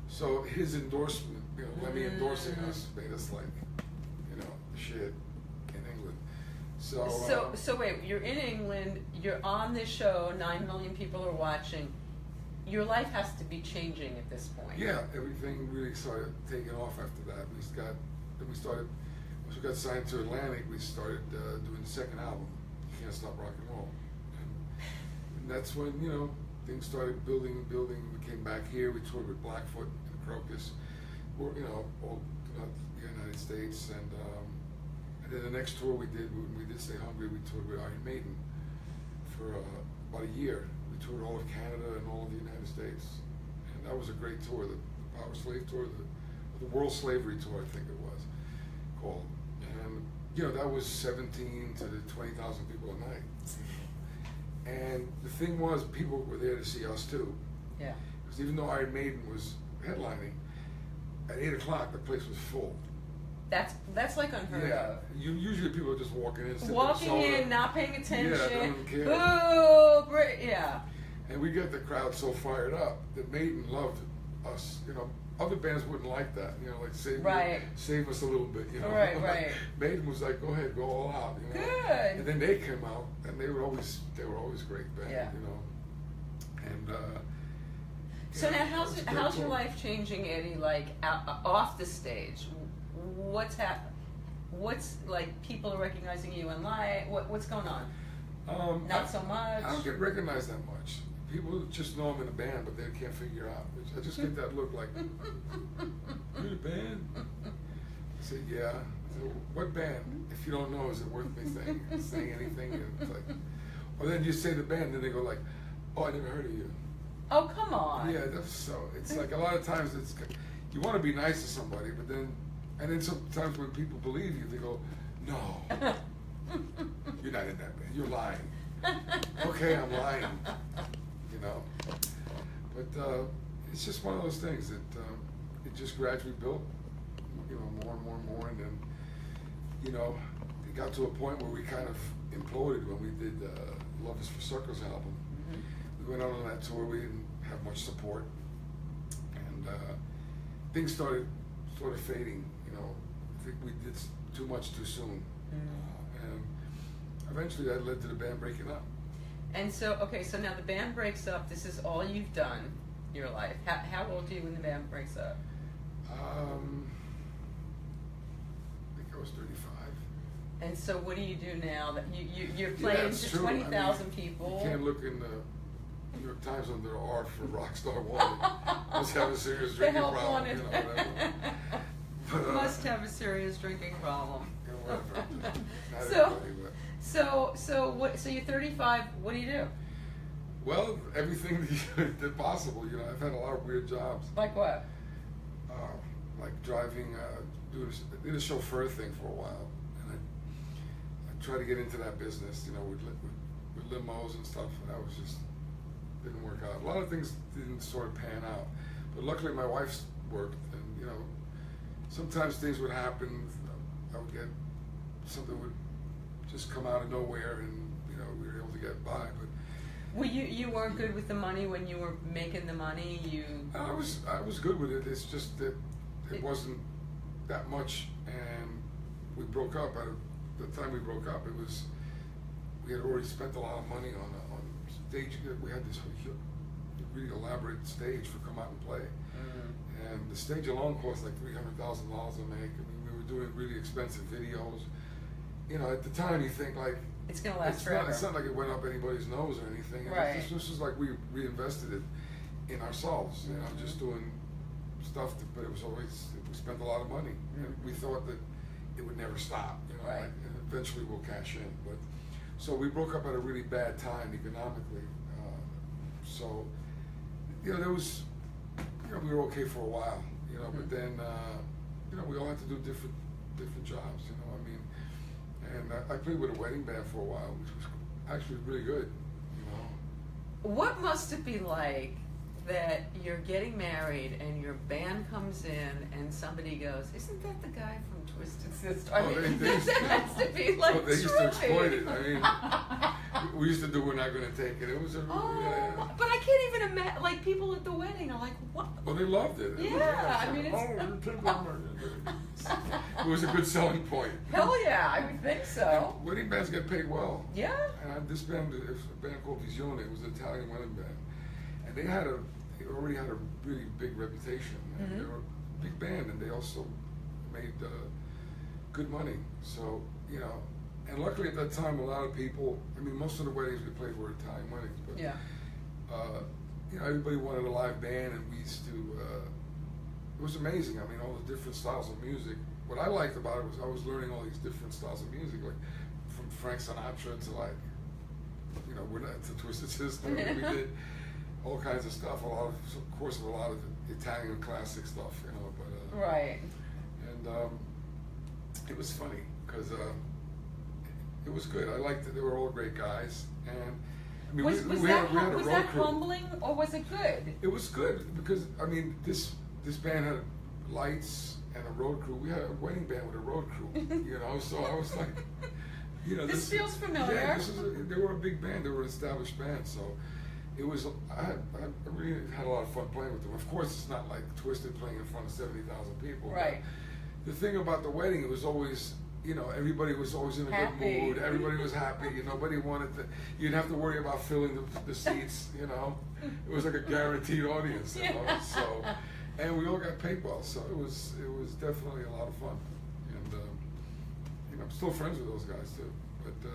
A: So his endorsement, you know, Lemmy endorsing
B: Mm.
A: us made us like, you know, shit in England. So.
B: So,
A: uh,
B: so wait, you're in England, you're on this show, 9 million people are watching. Your life has to be changing at this point.
A: Yeah, everything really started taking off after that. We just got, then we started, once we got signed to Atlantic, we started uh, doing the second album, You Can't Stop Rock and Roll. And, and that's when, you know, things started building and building. We came back here, we toured with Blackfoot and Crocus, we're, you know, all throughout the United States. And, um, and then the next tour we did, when we did Stay Hungry, we toured with Iron Maiden for uh, about a year. We toured all of Canada and all of the United States, and that was a great tour, the, the Power Slave Tour, the, the World Slavery Tour, I think it was called. And you know that was 17 to the 20,000 people a night. And the thing was, people were there to see us too,
B: Yeah.
A: because even though Iron Maiden was headlining, at eight o'clock the place was full.
B: That's, that's like unheard
A: Yeah,
B: of.
A: you, usually people are just walking in, sipping
B: Uh-huh. Walking
A: soda.
B: in, not paying attention.
A: don't care.
B: Boo, Brit- yeah.
A: And we got the crowd so fired up that Maiden loved us. You know, other bands wouldn't like that. You know, like save
B: Right.
A: save us a little bit. You know,
B: Right,
A: *laughs*
B: right.
A: Maiden was like, go ahead, go all out. You know,
B: Good.
A: And then they came out, and they were always they were always a great band.
B: Yeah.
A: You know, and uh,
B: So
A: yeah,
B: now,
A: it
B: how's
A: was a great
B: how's your
A: tour.
B: life changing, Eddie? Like out, off the stage, what's happening? What's like people are recognizing you in live? What, what's going on?
A: Um,
B: Not
A: I-
B: so much.
A: I don't get recognized that much. People just know I'm in a band, but they can't figure out. I just get that look
B: *laughs*
A: like, you in a band? I said, yeah. I said, what band? If you don't know, is it worth me saying, saying anything? And it's like, or then you say the band, then they go like, oh, I never heard of you.
B: oh come on!
A: Yeah, that's so. It's like a lot of times it's you want to be nice to somebody, but then and then sometimes when people believe you, they go, no,
B: *laughs*
A: you're not in that band. You're lying. Okay, I'm
B: *laughs*
A: lying. You know, but uh, it's just one of those things that um, it just gradually built, you know, more and more and more, and then you know, it got to a point where we kind of imploded when we did uh, Love Is for Suckers album.
B: Mhm.
A: We went out on that tour. We didn't have much support, and uh, things started sort of fading. You know, I think we did s- too much too soon.
B: Mm.
A: And eventually that led to the band breaking up.
B: And so, okay, so now the band breaks up. This is all you've done your life. How, how old are you when the band breaks up?
A: Um, I think I was 35.
B: And so, what do you do now that you, you you're
A: Yeah,
B: playing
A: it's
B: to
A: true. I
B: twenty
A: mean,
B: thousand people?
A: You can't look in the New York Times under R for Rockstar One.
B: *laughs*
A: Must have a serious
B: The
A: drinking
B: help
A: problem, you
B: wanted.
A: know,
B: *laughs*
A: whatever. But, uh,
B: Must have a serious drinking
A: *laughs*
B: problem.
A: You know,
B: *laughs*
A: whatever. Not
B: so,
A: everybody, but-
B: so, so what? So you're 35. What do you do?
A: Well, everything *laughs* that possible. You know, I've had a lot of weird jobs,
B: Like what?
A: uh, like driving, uh, doing a, did a chauffeur thing for a while, and I, I tried to get into that business. You know, with, li- with, with limos and stuff, and that was just didn't work out. A lot of things didn't sort of pan out, but luckily my wife's worked, and you know, sometimes things would happen. I would get something would just come out of nowhere, and you know, we were able to get by, but.
B: Well, you you weren't good with the money when you were making the money. You
A: I was I was good with it. It's just that it wasn't that much, and we broke up. At the time we broke up, it was we had already spent a lot of money on on stage. We had this hu- really elaborate stage for come out and play,
B: Mm.
A: and the stage alone cost like three hundred thousand dollars to make. I mean, we were doing really expensive videos. You know, at the time, you think like
B: it's gonna last
A: it's
B: forever.
A: Not, it's not like it went up anybody's nose or anything. It's
B: Right.
A: just- This was like we reinvested it in ourselves. You know,
B: Mhm.
A: just doing stuff, that, but it was always we spent a lot of money. And
B: Mhm.
A: we thought that it would never stop. You know,
B: Right.
A: like, and eventually we'll cash in. But so we broke up at a really bad time economically. Uh, so you know, there was you know we were okay for a while. You know,
B: Mhm.
A: but then uh, you know we all had to do different different jobs. You know, I mean. And I, I played with a wedding band for a while, which was actually really good. You
B: *laughs*
A: know,
B: What must it be like that you're getting married and your band comes in and somebody goes, "Isn't that the guy from Twisted Sister?" I
A: Oh,
B: *laughs* mean,
A: they- they used
B: that
A: to-
B: has to be
A: *laughs*
B: like
A: oh, they used to exploit
B: truly.
A: it. I mean, We- we used to do "We're Not Gonna Take It." It was a yeah.
B: *laughs* oh, but I can't even imagine. Like people at the wedding are like, "What?"
A: Well, they loved it. It was-
B: Yeah, I mean, it's. *laughs*
A: oh, you're taking my- It was a good selling point.
B: Hell yeah, I would think so.
A: And Wedding bands get paid well.
B: Yeah.
A: And I, this band, it was a band called Visione. It was an Italian wedding band, and they had a, they already had a really big reputation. And They
B: Mhm.
A: were a big band, and they also made uh, good money. So you know, and luckily at that time, a lot of people. I mean, most of the weddings we played were Italian weddings, but
B: Yeah.
A: uh, you know, everybody wanted a live band, and we used to. Uh, it was amazing. I mean, all the different styles of music. What I liked about it was I was learning all these different styles of music, like from Frank Sinatra to like, you know, we're not to Twisted Sister. I
B: *laughs*
A: mean, we did all kinds of stuff. A lot of, of course, a lot of Italian classic stuff, you know. But uh,
B: Right.
A: and um, it was funny because uh, it was good. I liked it. They were all great guys, and I mean,
B: Was,
A: we,
B: was
A: we
B: that,
A: had, we had
B: hum-
A: a
B: was
A: road
B: that
A: crew.
B: humbling or was it good?
A: It was good because I mean, this this band had lights and a road crew. We had a wedding band with a road
B: *laughs*
A: crew, *laughs* you know. So I was like, you know,
B: This feels familiar.
A: Yeah, this is a, they were a big band. They were an established band, so. It was I, had, I really had a lot of fun playing with them. Of course, it's not like Twisted playing in front of seventy thousand people. but
B: *laughs* Right.
A: the thing about the wedding, it was always, you know, everybody was always in a
B: Happy.
A: good mood. Everybody was happy. You nobody wanted to. You'd have to worry about filling the, the seats. You know, it was like a guaranteed audience. You know?
B: Yeah.
A: So, and we all got paid well, so it was it was definitely a lot of fun. And um, you know, I'm still friends with those guys too. But uh,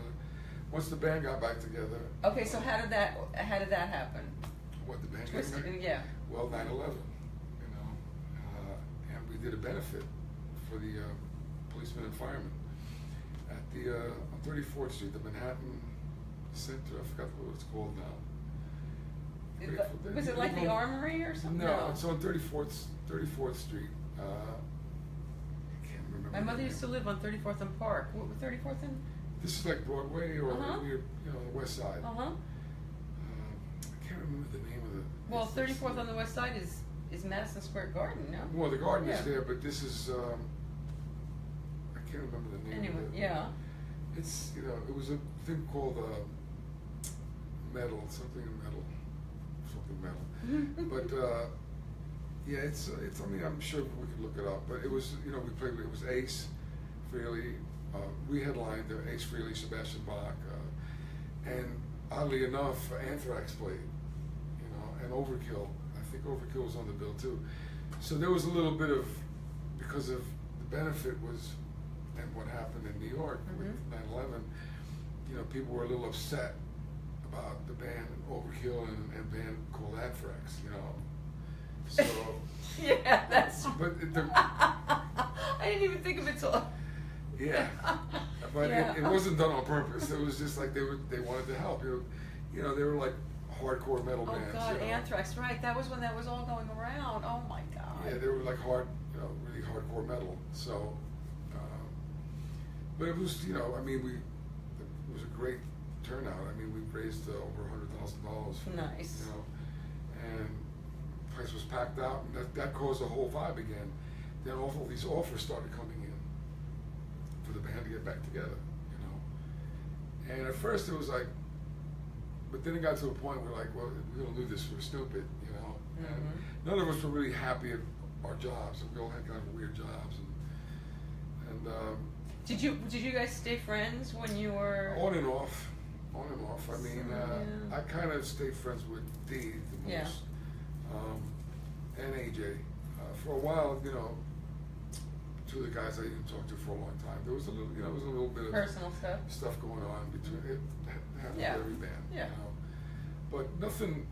A: once the band got back together,
B: Okay, so how did that how did that happen?
A: what the band
B: Twisted,
A: got back?
B: yeah.
A: Well, 9/11, you know, uh, and we did a benefit for the uh, policemen and firemen at the uh, on 34th Street, the Manhattan Center. I forgot what it's called now.
B: Is that- Was it like the armory or something?
A: No, it's on 34th 34th Street. Uh, I can't remember.
B: My
A: the
B: mother
A: name.
B: used to live on 34th and Park. What, 34th and?
A: This is like Broadway or
B: Uh-huh.
A: near, you know, the West Side.
B: Uh huh.
A: Um, I can't remember the name of the.
B: Well,
A: it's- it's-
B: 34th on the west side is is Madison Square Garden, no?
A: Well, the garden
B: Yeah.
A: is there, but this is, um, I can't remember the name
B: Anyway,
A: of it.
B: yeah.
A: It's, you know, it was a thing called, uh, metal, something in metal, something
B: *laughs*
A: metal. But, uh, yeah, it's, it's, I mean, I'm sure we could look it up, but it was, you know, we played, with- it was Ace, Freely. Uh, we headlined there, Ace Freely, Sebastian Bach, uh, and oddly enough, Anthrax played, you know, and Overkill. I think Overkill was on the bill too. So there was a little bit of, because of the benefit was, and what happened in New York with
B: Mhm.
A: 9 11, you know, people were a little upset about the band Overkill and, and band called Anthrax, you know.
B: *laughs*
A: So.
B: yeah, that's.
A: But the-
B: *laughs* I didn't even think of it till. *laughs*
A: Yeah, but
B: Yeah.
A: it, it wasn't done on purpose. It was just like they were they wanted to help you. You know, they were like hardcore metal
B: Oh
A: bands.
B: God,
A: you know.
B: Anthrax! Right, that was when that was all going around. Oh my God.
A: Yeah, they were like hard, you know, really hardcore metal. So, um, but it was you know, I mean, we it was a great turnout. I mean, we raised uh, over a hundred thousand dollars.
B: Nice.
A: You know, and the place was packed out, and that that caused the whole vibe again. Then all all these offers started coming in for the band to get back together. You know, and at first it was like. But then it got to a point where, like, well, we don't do this. We're stupid, you know. And
B: Mhm.
A: none of us were really happy at our jobs, and we all had kind of weird jobs. And, and um,
B: Did you Did you guys stay friends when you were?
A: on and off, on and off. I mean,
B: So,
A: uh,
B: yeah.
A: I kind of stayed friends with Dee the
B: Yeah.
A: most, um, and AJ. Uh, for a while, you know, two of the guys I didn't talk to for a long time. There was a little, you know, there was a little bit of
B: Personal stuff.
A: stuff going on between it ha- happened
B: Yeah.
A: to every band.
B: Yeah.
A: You know? But nothing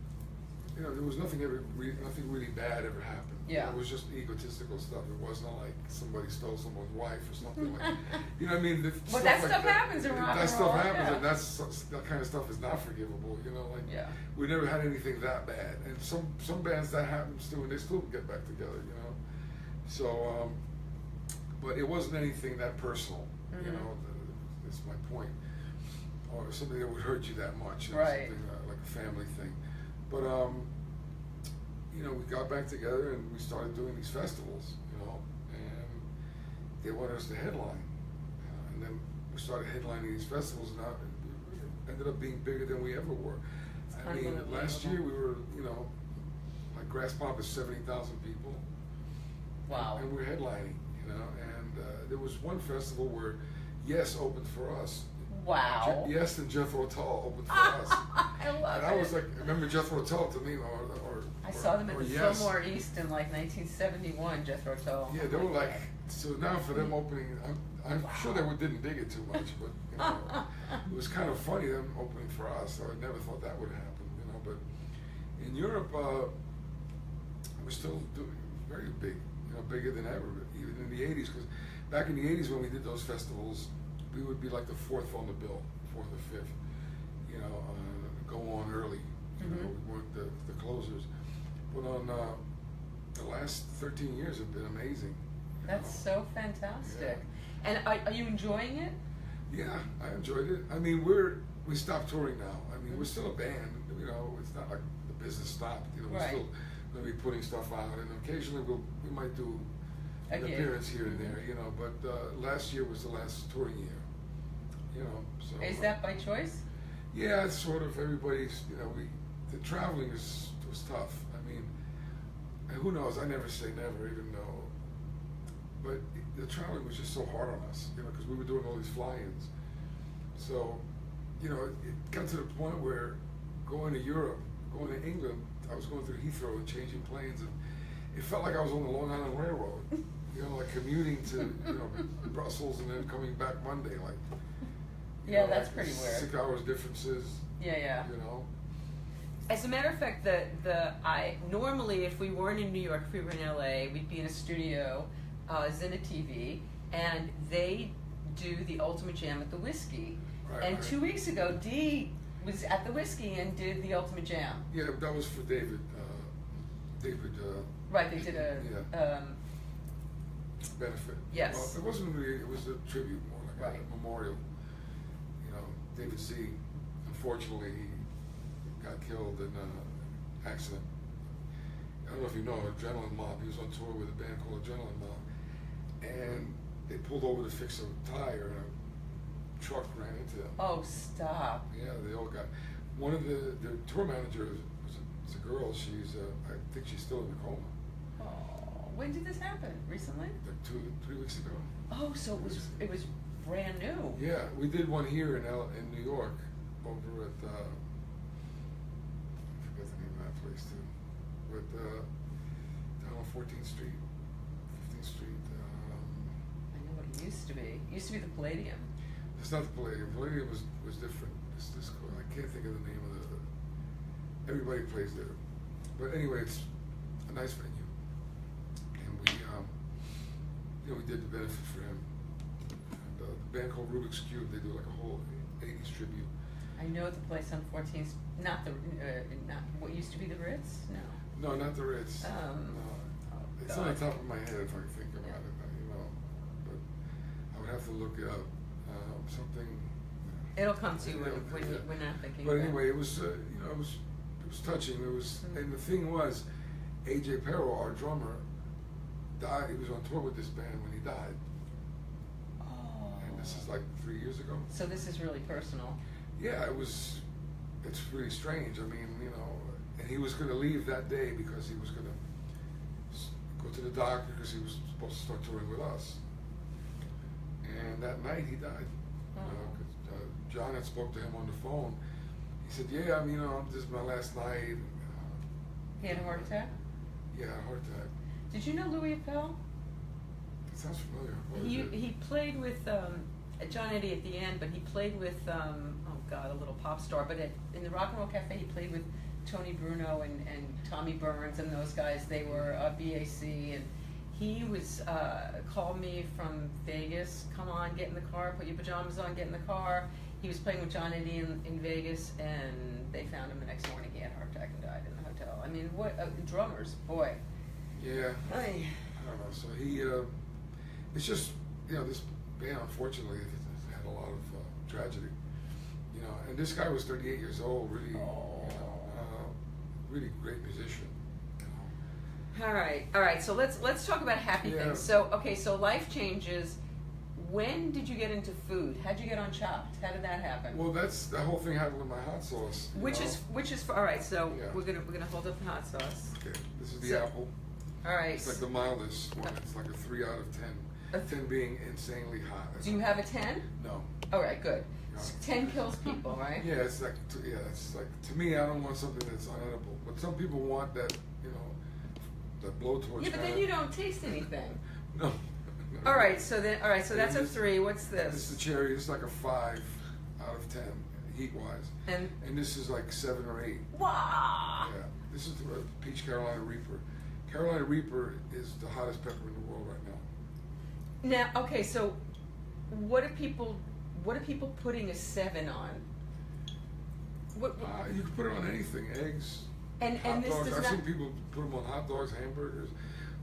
A: you know, there was nothing ever re- nothing really bad ever happened. You know,
B: Yeah.
A: It was just egotistical stuff. It wasn't like somebody stole someone's wife or something
B: *laughs*
A: like you know what I mean? The
B: But that
A: like
B: stuff happens in
A: that
B: rock and
A: stuff
B: roll,
A: happens
B: yeah.
A: and that's so- that kind of stuff is not forgivable, you know, like
B: Yeah.
A: we never had anything that bad. And some some bands that happens too and they still get back together, you know. So um but it wasn't anything that personal, you
B: Mhm.
A: know, th- that's my point. Or something that would hurt you that much, you know,
B: Right.
A: something uh, like a family thing. But um, you know, we got back together and we started doing these festivals, you know, and they wanted us to headline, uh, and then we started headlining these festivals, and I, it ended up being bigger than we ever were. I mean, last year we were, you know, like Grass Pop is seventy thousand people.
B: Wow.
A: And we're headlining, you know, and uh, there was one festival where Yes opened for us.
B: Wow.
A: Je- yes and Jethro Tull
B: *laughs*
A: opened for us.
B: I love
A: and I
B: it.
A: was like, remember Jethro Tull to me, or, or
B: I
A: or-
B: saw them at
A: or
B: the
A: yes.
B: Fillmore East in like 1971, Jethro Tull.
A: Yeah, they were like, so now for them opening, I'm, I'm sure they were- didn't dig it too much, but you know, it was kind of funny them opening for us. I never thought that would happen, you know. But in Europe, uh, we're still doing very big, you know, bigger than ever, even in the '80s. Because back in the '80s, when we did those festivals, we would be like the fourth on the bill, fourth or fifth, you know, uh, go on early. You know,
B: Mhm.
A: we weren't the, the closers. But on uh, the last 13 years have been amazing. Um, you
B: That's
A: know.
B: so fantastic. And are, are you enjoying it?
A: Yeah, I enjoyed it. I mean, we're we stopped touring now. I mean, we're still a band. You know, it's not like the business stopped. You know, we're
B: Right.
A: still going to be putting stuff out, and occasionally we'll we might do
B: A
A: an
B: gig.
A: appearance here and there. You know, but uh, last year was the last touring year. You know, so uh,
B: Is that by choice?
A: yeah, it's sort of everybody's. You know, we the traveling is was tough. I mean, and who knows? I never say never, even though. But the traveling was just so hard on us, you know, because we were doing all these fly-ins. So, you know, it, it got to the point where going to Europe, going to England, I was going through Heathrow and changing planes, and it felt like I was on the Long Island Railroad. You know, like commuting to you know Brussels and then coming back Monday, like. you
B: Yeah,
A: know,
B: that's
A: like
B: pretty weird.
A: Six hours differences
B: Yeah, yeah.
A: you know.
B: As a matter of fact, the the I normally if we weren't in New York, if we were in LA, we'd be in a studio, uh, Zena TV, and they do the Ultimate Jam at the Whiskey.
A: Right,
B: and
A: right.
B: two weeks ago, Dee was at the Whiskey and did the Ultimate Jam.
A: Yeah, that was for David. Uh, David uh,
B: Right, they did a
A: Yeah.
B: um,
A: benefit.
B: Yes.
A: Well, it wasn't really. It was a tribute more like
B: Right.
A: a memorial. You know, David C. Unfortunately, he got killed in an accident. I don't know if you know Adrenaline Mob. He was on tour with a band called Adrenaline Mob, and they pulled over to fix a tire, and a truck ran into them.
B: oh stop.
A: Yeah, they all got. One of the the tour manager is, is, a, is a girl. She's uh, I think she's still in a coma.
B: Oh, when did this happen? Recently?
A: like two, three weeks ago.
B: Oh, so it was it was brand new.
A: Yeah, we did one here in L- in New York, over at uh, I forget the name of that place too, with uh, down on Fourteenth Street, Fifteenth Street. Um,
B: I know what it used to be. It used to be the Palladium.
A: it's not the Palladium. Palladium was was different. It's this cool. I can't think of the name of the. Everybody plays there, but anyway, it's a nice venue, and we um, you know we did the benefit for him. And, uh, the band called Rubik's Cube. They do like a whole '80s tribute.
B: I know the place on 14th, not the uh, not what used to be the Ritz. No.
A: No, not the Ritz.
B: Um,
A: no,
B: oh,
A: it's on the
B: God.
A: top of my head if I can think about
B: Yeah.
A: it. but, You know, but I would have to look it up. Um, something.
B: It'll come to you when,
A: It'll come,
B: when you-
A: yeah.
B: we're not thinking.
A: But
B: about it.
A: anyway, it was uh, you know it was it was touching. It was
B: Mm.
A: and the thing was, AJ Perro, our drummer, died. He was on tour with this band when he died,
B: Oh.
A: and this is like three years ago.
B: So this is really personal.
A: Yeah, it was. It's really strange. I mean, you know, and he was going to leave that day because he was going to go to the doctor because he was supposed to start touring with us. And that night he died. You know,
B: Mm.
A: 'cause, uh, John had spoke to him on the phone. He said, "Yeah, I'm. You know, this is my last night." Uh,
B: He had a heart attack.
A: yeah, heart attack.
B: Did you know Louis Appel?
A: It sounds familiar. What is
B: He
A: it?
B: he played with um, John Eddy at the end, but he played with um, oh god, a little pop star. But at, in the Rock and Roll Cafe, he played with Tony Bruno and, and Tommy Burns and those guys. They were uh, BAC, and he was uh, called me from Vegas. Come on, get in the car. Put your pajamas on. Get in the car. He was playing with John Eddy in, in Vegas, and they found him the next morning. He had a heart attack and died in the hotel. I mean, what uh, drummers, boy.
A: Yeah.
B: Ay.
A: I don't know. So he, uh, it's just you know this band unfortunately has had a lot of uh, tragedy, you know. And this guy was 38 years old, really, you know, uh, really great musician. You know.
B: All right, all right. So let's let's talk about happy
A: Yeah.
B: things. So okay, so life changes. When did you get into food? How'd you get on Chopped? How did that happen?
A: Well, that's the whole thing happened with my hot sauce. you
B: which
A: know.
B: is which is all right. So
A: Yeah.
B: we're gonna we're gonna hold up the hot sauce.
A: okay. This is the
B: so-
A: apple.
B: All right.
A: It's like the mildest one. It's like a three out of
B: A
A: ten.
B: th-
A: Ten being insanely hot.
B: Do you have a ten?
A: No.
B: All right, good.
A: No.
B: S- Ten kills
A: *laughs*
B: people, right?
A: Yeah, it's like to, yeah, it's like to me, I don't want something that's unedible. But some people want that, you know, that blowtorch.
B: Yeah, but then
A: kinda-
B: you don't taste anything.
A: No.
B: *laughs* All right, so then all right, so that's a
A: This-
B: three. What's
A: This is
B: this?
A: the cherry. It's like a five out of ten heat wise,
B: And
A: and this is like seven or eight.
B: wow. Ah.
A: Yeah, this is the peach Carolina Reaper. Carolina Reaper is the hottest pepper in the world right now.
B: Now, okay, so what are people what are people putting a seven on? What, what-
A: Uh, you can put it on anything, eggs,
B: And,
A: hot
B: and this
A: dogs.
B: does
A: I've
B: not,
A: seen people put them on hot dogs, hamburgers,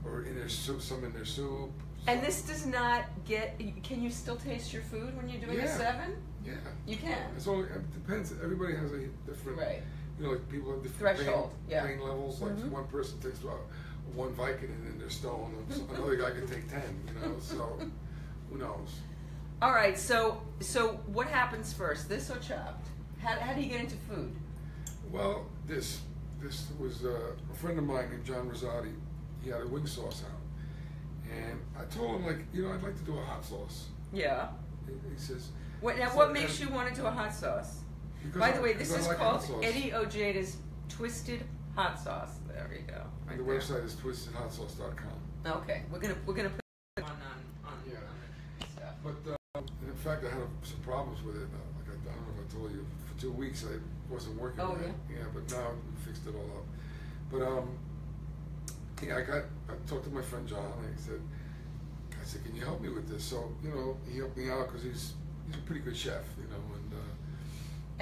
A: or in their soup, some in their soup.
B: and
A: some-
B: this does not get, can you still taste your food when you're doing a
A: Yeah.
B: seven?
A: Yeah.
B: You can.
A: It's all it depends. Everybody has a different.
B: Right.
A: You know, like people have different
B: Threshold,
A: pain,
B: yeah.
A: pain levels. Like
B: Mhm.
A: one person takes about one Vicodin and they're
B: *laughs*
A: stoned. and Another guy can take ten. You know, so who knows?
B: All right, so, so what happens first, this or chopped? How, how do you get into food?
A: Well, this this was uh, a friend of mine named John Rosati. He had a wing sauce out, and I told him like, you know, I'd like to do a hot sauce.
B: Yeah.
A: He, he says.
B: What, now,
A: So
B: what makes
A: then-
B: you want to do a hot sauce?
A: Because
B: By
A: I-
B: the way, this
A: because I like
B: is
A: hot
B: called
A: sauce.
B: Eddie Ojeda's Twisted Hot Sauce. There we go.
A: And the
B: right there.
A: website is twistedhotsauce.com.
B: Okay, we're gonna, we're gonna put it on, on, on
A: Yeah.
B: on stuff.
A: But uh, and in fact, I had some problems with it. Uh, Like I, I don't know if I told you, for two weeks I wasn't working.
B: Oh,
A: right. yeah. but now we fixed it all up. But um, yeah, I got. I talked to my friend John. And he said, I said, can you help me with this? So you know, he helped me out because he's he's a pretty good chef, you know, and uh,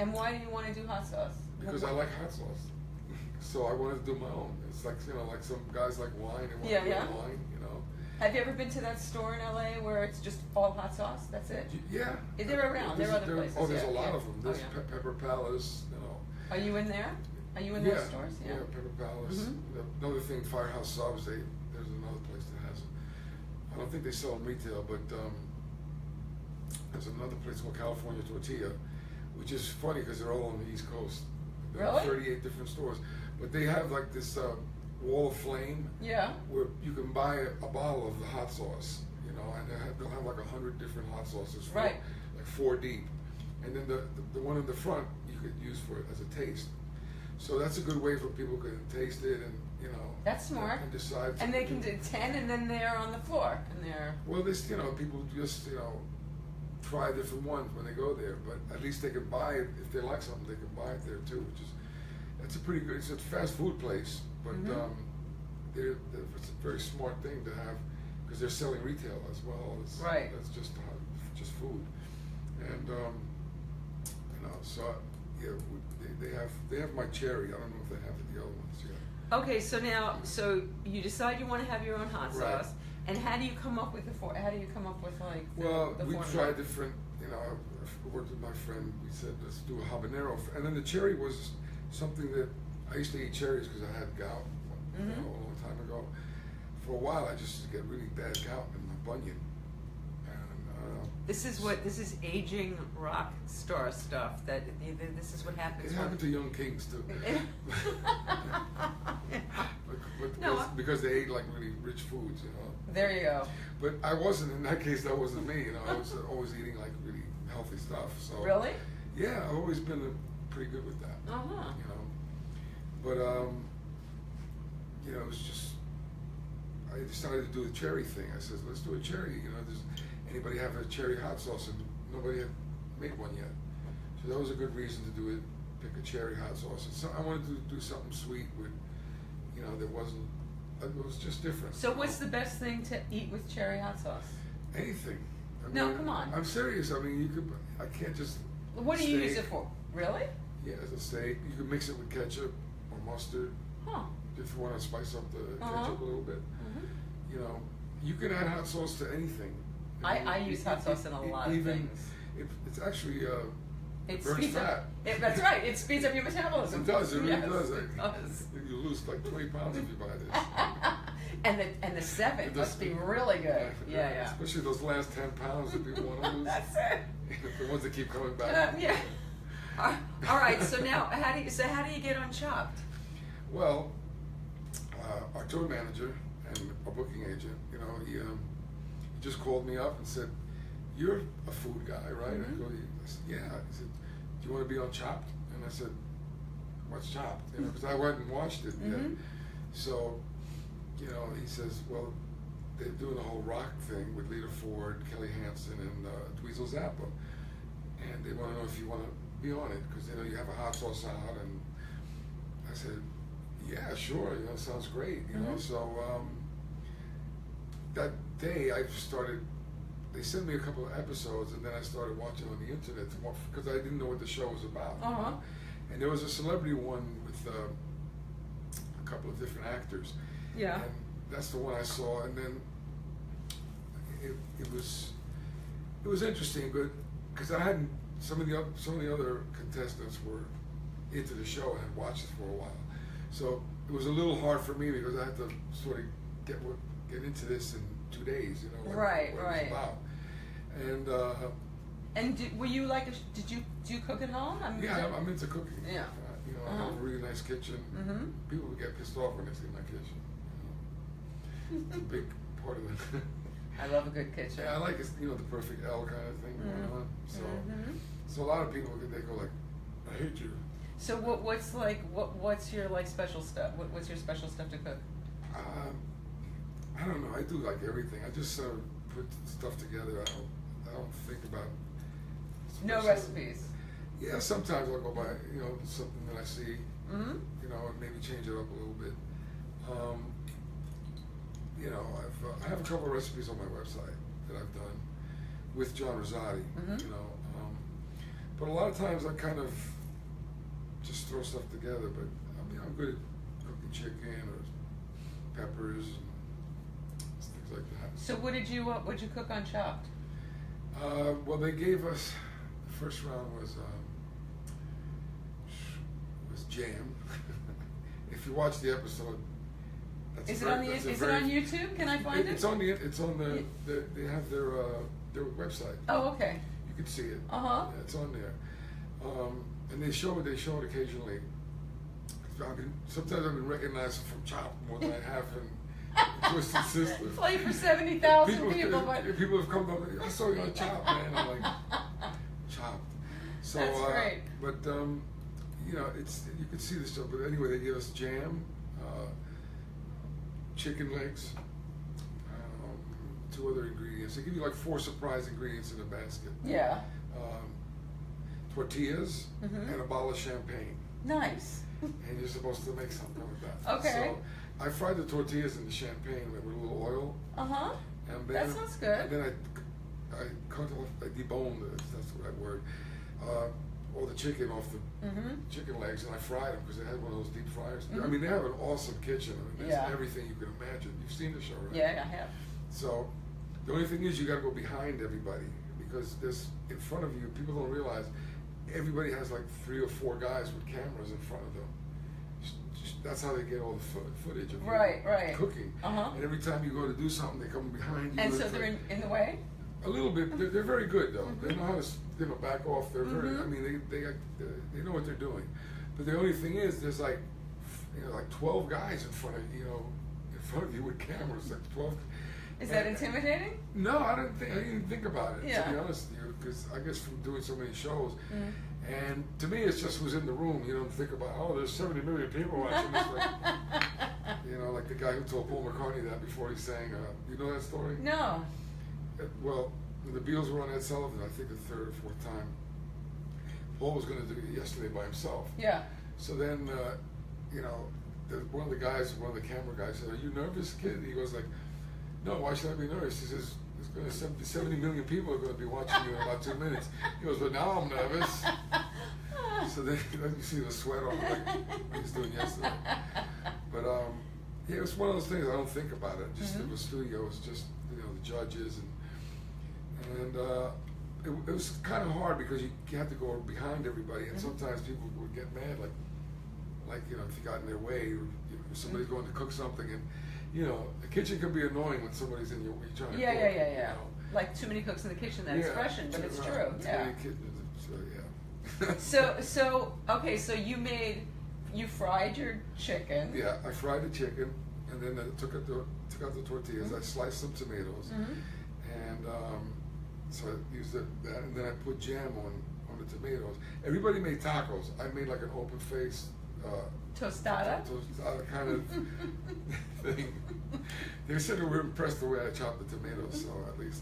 B: And why do you want to do hot sauce?
A: because I like hot sauce, *laughs* so I wanted to do my own. It's like you know, like some guys like wine. They want
B: Yeah,
A: to do
B: yeah.
A: wine, you know.
B: Have you ever been to that store in LA where it's just all hot sauce? That's it.
A: Yeah.
B: Is there around? There are other places,
A: Oh, there's
B: yeah,
A: a lot
B: yeah.
A: of them.
B: Oh,
A: There's
B: yeah.
A: Pe- Pepper Palace, you know.
B: Are you in there? Are you in
A: yeah.
B: those stores? Yeah. Mm-hmm.
A: Pepper Palace. Another thing, Firehouse Subs. They there's another place that has them. I don't think they sell them retail, but um, there's another place called California Tortilla, which is funny because they're all on the East Coast. There are
B: Really?
A: 38 different stores, but they have like this uh, Wall of Flame
B: Yeah.
A: where you can buy a, a bottle of the hot sauce, you know, and they'll have, they'll have like a hundred different hot sauces, for,
B: Right.
A: Like four deep, and then the, the the one in the front you could use for it as a taste. So that's a good way for people can taste it and you know.
B: That's smart.
A: And decide.
B: And they can do ten, and then they're on the floor, and they're
A: Well, this you know people just you know try different ones when they go there, but at least they can buy it if they like something. They can buy it there too, which is that's a pretty good. It's a fast food place, but
B: Mhm.
A: um, they're, they're, it's a very smart thing to have because they're selling retail as well. It's,
B: Right.
A: That's just uh, just food, and um, you know so. Yeah, we- they, they have they have my cherry. I don't know if they have the other ones yet.
B: okay. So now, so you decide you want to have your own hot
A: Right.
B: sauce, and how do you come up with the for? How do you come up with like the,
A: Well,
B: the
A: we
B: formula?
A: tried different, you know, I worked with my friend, we said, let's do a habanero. f- And then the cherry was something that, I used to eat cherries because I had gout you know,
B: Mhm.
A: a long time ago. For a while, I just get really bad gout in my bunion. And, uh, I don't know.
B: This is what this is aging rock star stuff. That th- th- this is what happens.
A: It happened to young kings
B: *laughs*
A: too. *laughs* But- but-
B: No,
A: because-
B: I-
A: Because they ate like really rich foods, you know.
B: there you go.
A: But I wasn't, in that case, that wasn't me, you know. I was always eating like really healthy stuff, so.
B: Really?
A: Yeah, I've always been uh pretty good with that.
B: Uh huh.
A: you know. But um, you know, it was just I decided to do the cherry thing. I said, let's do a cherry. You know, does anybody have a cherry hot sauce? And nobody had made one yet, so that was a good reason to do it. Pick a cherry hot sauce. And so I wanted to do something sweet with, you know, that wasn't. It was just different.
B: So what's the best thing to eat with cherry hot sauce?
A: anything? I
B: No, come on.
A: I'm serious. I mean, you could. I can't just.
B: What do you use
A: Steak.
B: it for? Really?
A: Yeah, as a steak, you could mix it with ketchup or mustard.
B: Huh.
A: if you want to spice up the
B: Uh-huh.
A: ketchup a little bit.
B: Mhm.
A: You know, you can add hot sauce to anything.
B: I,
A: You know,
B: I
A: e-
B: use
A: e-
B: hot sauce in a
A: e-
B: lot of
A: even-
B: things.
A: It, it's actually uh,
B: It
A: burns
B: speeds
A: fat.
B: up. It, that's right. It speeds up your metabolism.
A: it does. It really
B: Yes,
A: does.
B: It *laughs* does.
A: *laughs* You lose like twenty pounds if you buy this.
B: and the *laughs* and the seven
A: It
B: must
A: does-
B: be really good. Yeah,
A: Especially those last ten pounds that people
B: *laughs*
A: want to
B: yeah.
A: lose.
B: That's it.
A: *laughs* the ones that keep coming back.
B: Uh, yeah. All- All right. So now, how do you so how do you get on Chopped?
A: Well, uh, our tour manager and our booking agent, you know, he, um, he just called me up and said, "You're a food guy, right?"
B: Mhm.
A: I go, I said, "Yeah." He said, "Do you want to be on Chopped?" And I said, "What's Chopped?" You know, because I hadn't watched it yet.
B: Mhm.
A: So, you know, he says, "Well, they're doing the whole rock thing with Lita Ford, Kelly Hansen, and uh, Dweezil Zappa, and they want to know if you want to be on it because they know you have a hot sauce out." And I said, "Yeah, sure. You know, sounds great. You know."
B: Mhm.
A: So um, that day, I started. They sent me a couple of episodes, and then I started watching on the internet because I didn't know what the show was about.
B: Uh-huh.
A: And there was a celebrity one with uh, a couple of different actors.
B: Yeah.
A: And that's the one I saw, and then it, it was it was interesting, but because I hadn't some of the oth- some of the other contestants were into the show and had watched it for a while, so it was a little hard for me because I had to sort of get what get into this in two days, you know, like,
B: Right,
A: what
B: right.
A: it was about. And uh,
B: And did, were you like? A, did you do you cook at home? I'm
A: yeah, I'm, I'm into cooking.
B: Yeah.
A: Uh, you know, I have
B: Uh-huh.
A: a really nice kitchen.
B: Mhm.
A: People would get pissed off when they see my kitchen. You know.
B: *laughs*
A: It's a big part of the.
B: I love a
A: *laughs*
B: good kitchen.
A: Yeah, I like it's you know the perfect L kind of thing going
B: Mhm.
A: on. So,
B: Mhm.
A: so a lot of people they go like, I hate you.
B: So what what's like what what's your like special stuff? What, what's your special stuff to cook?
A: Um, I don't know. I do like everything. I just sort of put stuff together. I don't. I don't think about.
B: No
A: specific-
B: recipes.
A: Yeah, sometimes I'll go by you know something that I see,
B: Mm-hmm.
A: you know, and maybe change it up a little bit. Um, you know, I've uh, I have a couple of recipes on my website that I've done with John Rosati.
B: Mhm.
A: You know, um, but a lot of times I kind of just throw stuff together. But I mean, I'm good at cooking chicken or peppers and things like that.
B: So what did you what would you cook on Chopped?
A: Uh, well, they gave us the first round was um, was jam. *laughs* if you watch the episode, that's a
B: Is it
A: very-
B: on the
A: that's
B: is
A: a
B: it
A: very-
B: on YouTube? Can I find it?
A: It's on the. It's on the.
B: Ye-
A: the they have their uh, their website.
B: Oh okay.
A: You can see it.
B: Uh-huh.
A: Yeah, it's on there, um, and they show it. They show it occasionally. I've been, sometimes I've been recognized from Chop more than I have in
B: *laughs*
A: Twisted Sister.
B: Play for 70,000
A: People-
B: people, but-
A: People have come up. I saw you on Chop, man. I'm like, chopped. So,
B: That's
A: uh,
B: great.
A: But um, you know, it's you can see this stuff. But anyway, they gave us jam, uh, chicken legs, um, two other ingredients. They give you like four surprise ingredients in a basket.
B: *laughs*
A: *laughs*
B: yeah.
A: Um, tortillas
B: Mhm.
A: and a bottle of champagne,
B: Nice.
A: and you're supposed to make something with that.
B: Okay.
A: So I fried the tortillas in the champagne with a little oil,
B: Uh huh.
A: and
B: That
A: then
B: sounds good.
A: And then I, I cut off, I deboned it. If that's the right word. Uh, all the chicken off the
B: Mm-hmm.
A: chicken legs and I fried them because they had one of those deep fryers. I
B: Mhm.
A: mean, they have an awesome kitchen. I mean, there's
B: Yeah.
A: everything you can imagine. You've seen the show, right?
B: Yeah, I have.
A: So the only thing is, you got to go behind everybody because there's in front of you. People don't realize everybody has like three or four guys with cameras in front of them. Just- just- That's how they get all the fo- footage of you
B: Right, right.
A: cooking.
B: Uh huh.
A: And every time you go to do something, they come behind you.
B: And
A: with
B: so
A: the-
B: they're in, in the way?
A: a little bit. They're, they're very good though. They
B: Mhm.
A: know how to s- you know back off. They're very. I
B: Mhm.
A: mean, they they got, they know what they're doing. But the only thing is, there's like you know like twelve guys in front of you know in front of you with cameras like twelve.
B: Is that
A: And-
B: intimidating?
A: No, I didn't think I didn't think about it to
B: Yeah.
A: be honest with you because I guess from doing so many shows.
B: Mm.
A: And to me, it's just who's in the room. You don't think about oh, there's 70 million people watching. It's like,
B: *laughs*
A: you know, like the guy who told Paul McCartney that before he sang. Uh, you know that story?
B: no.
A: Uh, Well, when the Beatles were on Ed Sullivan, I think the third or fourth time. Paul was going to do it yesterday by himself.
B: Yeah.
A: So then, uh, you know, the, one of the guys, one of the camera guys, said, "Are you nervous, kid?" And he goes like, "No, why should I be nervous?" He says, "There's going to 70, 70 million people are going to be watching you in about two minutes." He goes, "But now I'm
B: *laughs*
A: nervous." So then, *laughs* then you see the sweat on him, like he was doing yesterday.
B: *laughs*
A: But um, yeah, it was one of those things I don't think about it. Just
B: Mhm.
A: it was studio, it was just you know the judges and and uh, it, it was kind of hard because you, you had to go behind everybody, and
B: Mhm.
A: sometimes people would get mad, like like you know if you got in their way, or you know, if somebody's
B: Mm-hmm.
A: going to cook something, and you know the kitchen can be annoying when somebody's in your way trying to
B: Yeah,
A: cook,
B: yeah, yeah,
A: uh, you
B: yeah.
A: know.
B: Like too many cooks in the kitchen, that
A: Yeah,
B: expression, but
A: too-
B: it's
A: right,
B: true.
A: too
B: Yeah.
A: many kitchens, so, yeah. *laughs*
B: So, so okay, so you made, you fried your chicken.
A: Yeah, I fried the chicken, and then I took out the took out the tortillas. I sliced some tomatoes,
B: Mm-hmm.
A: and um, so I used it, that, and then I put jam on on the tomatoes. Everybody made tacos. I made like an open face uh,
B: Tostada.
A: tostada kind of thing. They said they were impressed the way I chopped the tomatoes, so at least.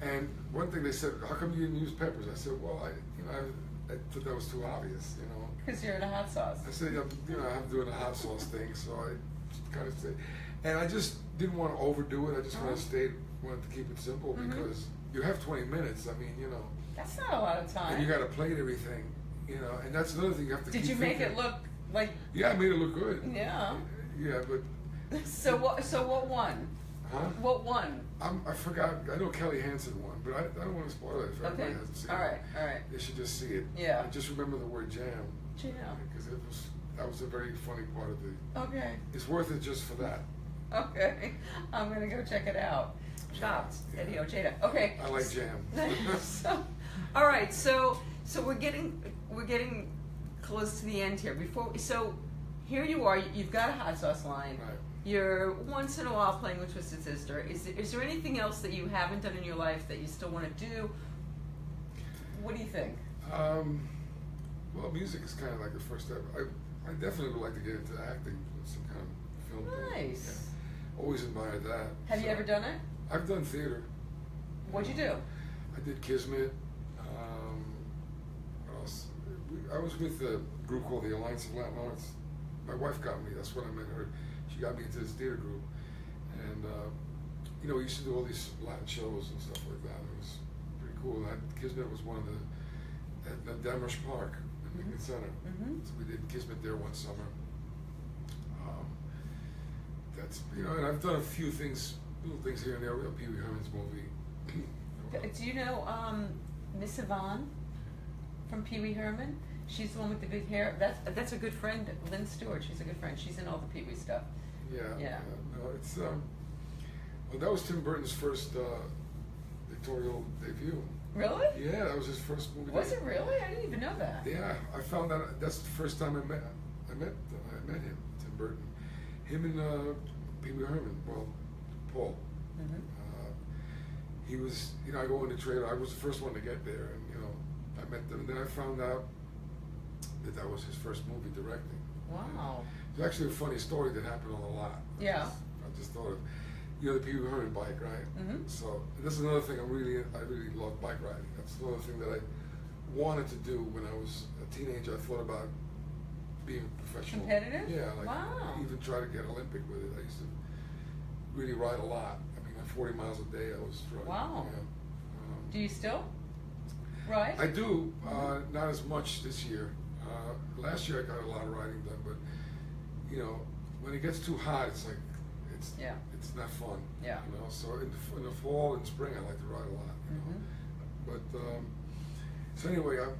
A: And one thing they said, "How come you didn't use peppers?" I said, "Well, I you know I, I thought that was too obvious, you know."
B: Because you're in a hot sauce.
A: I said, I'm, you know, I'm doing a hot sauce thing, so I kind of said, and I just didn't want to overdo it. I just want
B: Uh-huh.
A: to stay, wanted to keep it simple
B: Mhm.
A: because you have 20 minutes. I mean, you know,
B: That's not a lot of time.
A: and you got to plate everything, you know, and that's another thing you have to.
B: Did
A: keep
B: you make
A: thinking.
B: it look like?
A: Yeah, I made it look good.
B: Yeah. *laughs*
A: Yeah, but
B: So what? So what won?
A: huh?
B: What won?
A: I'm, I forgot. I know Kelly Hansen won, but I, I don't want to spoil it if everybody
B: Okay.
A: hasn't seen
B: All
A: it.
B: right. All right.
A: They should just see it.
B: Yeah.
A: And just remember the word jam
B: Yeah.
A: because it was that was a very funny part of the.
B: Okay. *laughs*
A: It's worth it just for that.
B: Okay. I'm gonna go check it out. Chopped. Eddie Ojeda. Okay.
A: I like jam.
B: *laughs* so, *laughs* all right. So so we're getting we're getting close to the end here. Before so here you are. You've got a hot sauce line.
A: Right.
B: You're once in a while playing with Twisted Sister. Is there, is there anything else that you haven't done in your life that you still want to do? What do you think?
A: Um, well, music is kind of like the first step. I, I definitely would like to get into acting, some kind of film. thing.
B: Nice.
A: Yeah. Always admired that.
B: Have you
A: So,
B: ever done it?
A: I've done theater.
B: What'd you do?
A: I did Kismet. Um, what else? We- I was with a group called the Alliance of Latin Arts. My wife got me. That's when I met her. She got me into this theater group, and uh, you know, we used to do all these Latin shows and stuff like that. It was pretty cool. And I, Kismet was one of the at the Demers Park in Lincoln
B: Mhm.
A: Center.
B: Mhm.
A: So we did Kismet there one summer. Um, that's you know, and I've done a few things, little things here and there. We have Pee Wee Herman's movie. You know, uh,
B: Do you know um, Miss Yvonne from Pee Wee Herman? She's the one with the big hair. That's that's a good friend, Lynn Stewart. She's a good friend. She's in all the Pee Wee stuff.
A: Yeah.
B: Yeah.
A: No, it's um. Well, that was Tim Burton's first uh, pictorial debut.
B: Really?
A: Yeah, that was his first movie.
B: Was
A: that-
B: it really? I didn't even know that.
A: Yeah, I found that. That's the first time I met. I met them. I met him, Tim Burton. Him and uh, Pee Wee Herman. Well, Paul.
B: Mhm.
A: Uh, he was, you know, I go in the trailer. I was the first one to get there, and you know, I met them. And then I found out that that was his first movie directing.
B: Wow.
A: It's actually a funny story that happened on the lot. I
B: Yeah.
A: just- I just thought of, you know, the Pee Wee Herman bike ride.
B: Mhm.
A: So and that's another thing I'm really, I really love bike riding. That's another thing that I wanted to do when I was a teenager. I thought about being a professional.
B: Competitive?
A: Yeah. Like
B: Wow.
A: Even try to get Olympic with it. I used to really ride a lot. I mean, 40 miles a day I was riding.
B: Wow.
A: Yeah. Um,
B: Do you still? Right?
A: I do, uh, not as much this year. Uh, last year I got a lot of riding done, but you know, when it gets too hot, it's like it's
B: Yeah.
A: it's not fun.
B: Yeah.
A: You know, so in the, f- in the fall and spring I like to ride a lot. You know?
B: Mhm.
A: But um, so anyway, I'm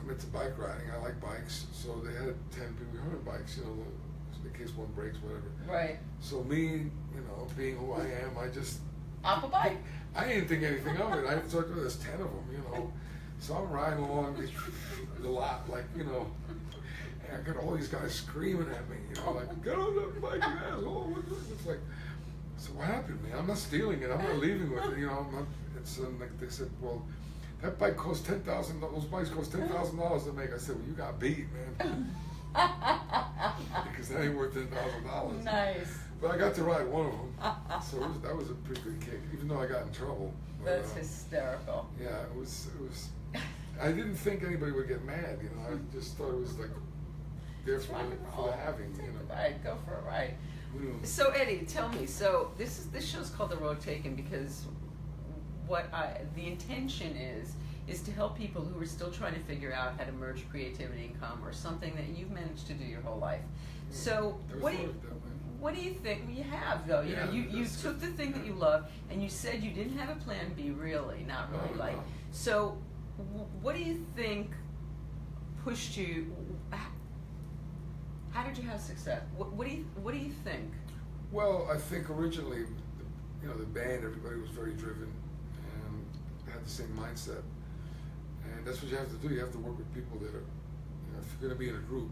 A: I'm into bike riding. I like bikes, so they had ten people hundred bikes. You know, the- in case one breaks, whatever.
B: Right.
A: So me, you know, being who I am, I just
B: Up a bike.
A: I didn't think anything of it. I thought there was "Oh, ten of them, you know. So I'm riding along the, the lot, like you know, and I got all these guys screaming at me, you know, like get on that bike, you asshole! What the- It's like, so what happened, man? I'm not stealing it. I'm not leaving with it, you know. I'm not, it's um, like they said, well, that bike costs ten thousand. Those bikes cost ten thousand dollars to make. I said, well, you got beat, man, because that ain't worth ten thousand dollars.
B: nice. Uh,
A: But I got to ride one of them, so it was, that was a pretty good kick, even though I got in trouble. But,
B: That's
A: uh,
B: hysterical.
A: Yeah, it was. It was. I didn't think anybody would get mad. You know, I just thought it was like there
B: *laughs* It's
A: for,
B: rock
A: the-
B: and
A: for the
B: roll.
A: having.
B: Take
A: You
B: the
A: know.
B: bike, go for a ride.
A: You know,
B: So Eddie, tell me. So this is this show's called The Road Taken because what I, the intention is is to help people who are still trying to figure out how to merge creativity and commerce, something that you've managed to do your whole life. So
A: I
B: what do
A: thought
B: you,
A: of that way.
B: what do you think? You have though. You
A: Yeah,
B: know, you, you
A: that's
B: took the
A: good.
B: thing that you love and you said you didn't have a plan B, really, not
A: No,
B: really. Like
A: no.
B: so, w- what do you think pushed you? How, how did you have success? What, what do you What do you think?
A: Well, I think originally, the- you know, the band everybody was very driven and had the same mindset, and that's what you have to do. You have to work with people that are. You know, if you're going to be in a group,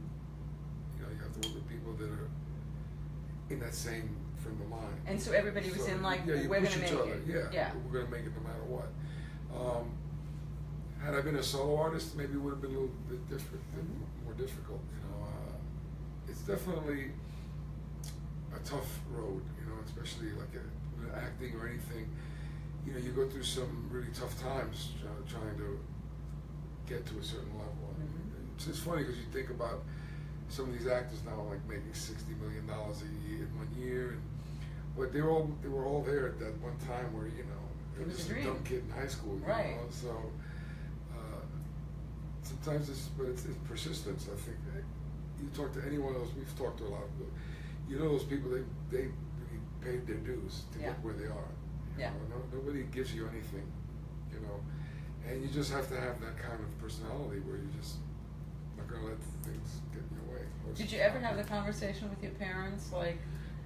A: you know, you have to work with people that are in that same frame of mind.
B: And so everybody was
A: So,
B: in like,
A: yeah, you
B: we're
A: push
B: gonna make
A: each
B: it.
A: other. Yeah,
B: Yeah.
A: we're gonna make it no matter what. Um, had I been a solo artist, maybe it would have been a little bit different,
B: Mhm.
A: more difficult. You know, uh, it's definitely a tough road. You know, especially like uh with acting or anything. You know, you go through some really tough times uh, trying to get to a certain level. And
B: Mhm.
A: It's, it's funny because you think about some of these actors now, like making sixty million dollars a year in one year, and but they were all they were all there at that one time where you know they
B: It
A: were
B: was a
A: just
B: dream.
A: dumb kid in high school, you
B: Right.
A: know. So uh, sometimes it's but it's, it's persistence. I think you talk to anyone else. We've talked to a lot of them. You know those people. They they really paid their dues to
B: Yeah.
A: get where they are. You
B: Yeah.
A: Know? No, nobody gives you anything, you know, and you just have to have that kind of personality where you just not gonna let things get in your way. or
B: Did you ever
A: stop
B: have
A: you.
B: the conversation with your parents, like,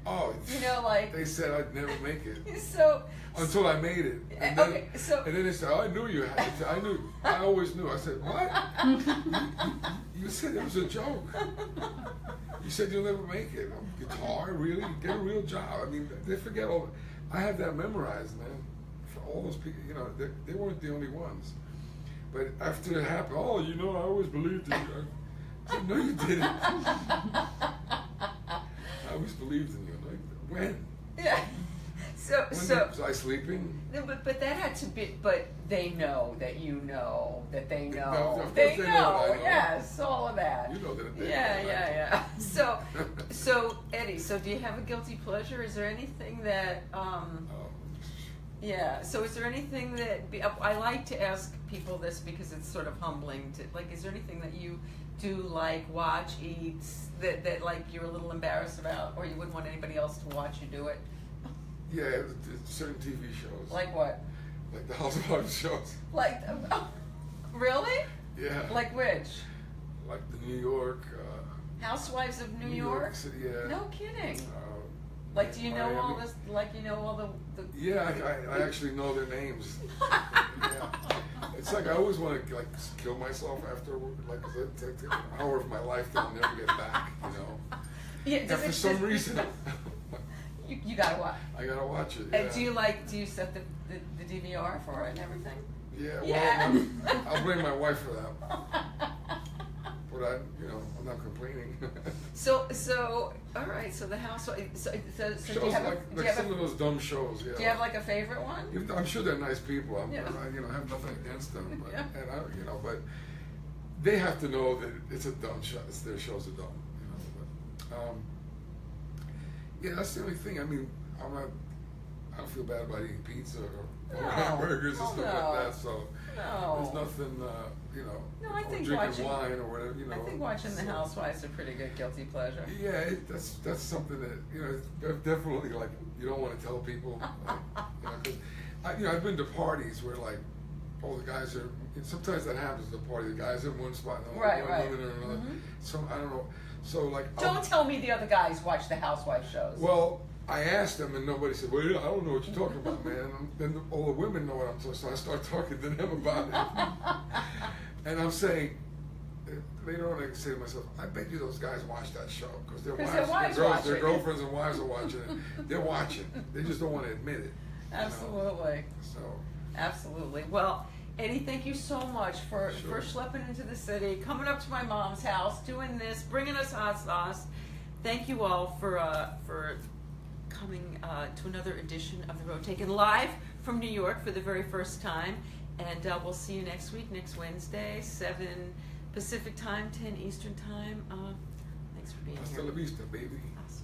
A: Oh,
B: you know, like-
A: they said I'd never make it
B: *laughs* so?
A: until I made it, and then,
B: Okay, so-
A: and then they said, oh, "I knew you had it. I knew. I always knew." I said, "What? You said it was a joke. You said you'll never make it. i guitar, really? Get a real job. I mean, they forget all. I have that memorized, man. For all those people, you know, they, they weren't the only ones. But after it happened, oh, you know, I always believed in you. I said, no, you didn't. I always believed in you. Like, when?
B: *laughs* yeah. So
A: When
B: so.
A: did- was I sleeping?
B: No, but, but that had to be. But they know that you know that they
A: No,
B: know.
A: of course
B: they
A: they
B: know.
A: know that I know.
B: Yes, all of that.
A: You know that they know
B: Yeah,
A: that I
B: yeah,
A: know. *laughs*
B: yeah. So, so Eddie, so do you have a guilty pleasure? Is there anything that? Um,
A: Oh.
B: Yeah. So, is there anything that be, I like to ask people this because it's sort of humbling to like? Is there anything that you do like watch, eat that that like you're a little embarrassed about, or you wouldn't want anybody else to watch you do it?
A: Yeah, it was- it's certain TV shows.
B: Like what?
A: like the Housewives shows.
B: Like, *laughs* oh, really?
A: Yeah.
B: Like which?
A: like the New York. Uh,
B: Housewives of New,
A: New York City, yeah.
B: No kidding.
A: uh,
B: Like, do you
A: Or
B: know all
A: Abby.
B: this? Like, you know all the. the
A: Yeah, I, I, I
B: *laughs*
A: actually know their names. Yeah. It's like I always want to like s- kill myself after work, like it's like an hour of my life that I'll never get back. You know,
B: Yeah,
A: and
B: does
A: for
B: it-
A: some
B: *laughs* does-
A: reason, *laughs*
B: you, you gotta watch.
A: I gotta watch it. Yeah.
B: And do you like? Do you set the, the, the DVR for it and everything? *laughs*
A: Yeah. Well,
B: Yeah.
A: I'm- I'll blame my wife for that, but I, you know, I'm not complaining.
B: so so all right. So the house. So, so,
A: *laughs*
B: so do you
A: Shows
B: have
A: like,
B: a,
A: like
B: do you have
A: some of
B: a,
A: those dumb shows. Yeah.
B: do you have like a favorite one?
A: Even though I'm sure they're nice people. I'm,
B: Yeah.
A: I, you know, have nothing against them, but,
B: *laughs* Yeah.
A: and I, you know, but they have to know that it's a dumb show. It's, their shows are dumb. You know, but, um, yeah, that's the only thing. I mean, I'm not. I don't feel bad about eating pizza or, or *laughs*
B: No.
A: burgers and
B: Oh,
A: stuff
B: no.
A: like that. So
B: No.
A: there's nothing, uh, you know,
B: No, I
A: or
B: think
A: drinking
B: watching-
A: wine or whatever. You know,
B: I think watching The
A: so-
B: Housewives is a pretty good guilty pleasure.
A: Yeah, it, that's that's something that you know it's def- definitely like you don't want to tell people. Like, you, know, 'cause I, you know, I've been to parties where like all the guys are. And sometimes that happens at the party. The guys in one spot, and the
B: Right,
A: one
B: right.
A: women in another.
B: Mhm.
A: So I don't know. So like, I'll-
B: Don't tell me the other guys watch The Housewives shows.
A: well, I asked them, and nobody said, "Well, I don't know what you're talking about, man." And then all the women know what I'm talking, so I start talking to them about it.
B: *laughs*
A: and I'm saying. uh, Later on, I can say to myself, "I bet you those guys watch that show because their
B: 'Cause
A: wives,
B: their wives
A: their, girls,
B: watch
A: their
B: it."
A: girlfriends, and wives are watching it. They're watching. They just don't want to admit it." you know?
B: Absolutely.
A: So,
B: Absolutely. Well, Eddie, thank you so much for,
A: Sure.
B: for schlepping into the city, coming up to my mom's house, doing this, bringing us hot sauce. Thank you all for uh, for coming uh, to another edition of the Road Taken live from New York for the very first time, and uh, we'll see you next week, next Wednesday, seven Pacific time, ten Eastern time. Uh, thanks for being
A: hasta
B: here.
A: la vista, baby. *laughs*
B: Awesome.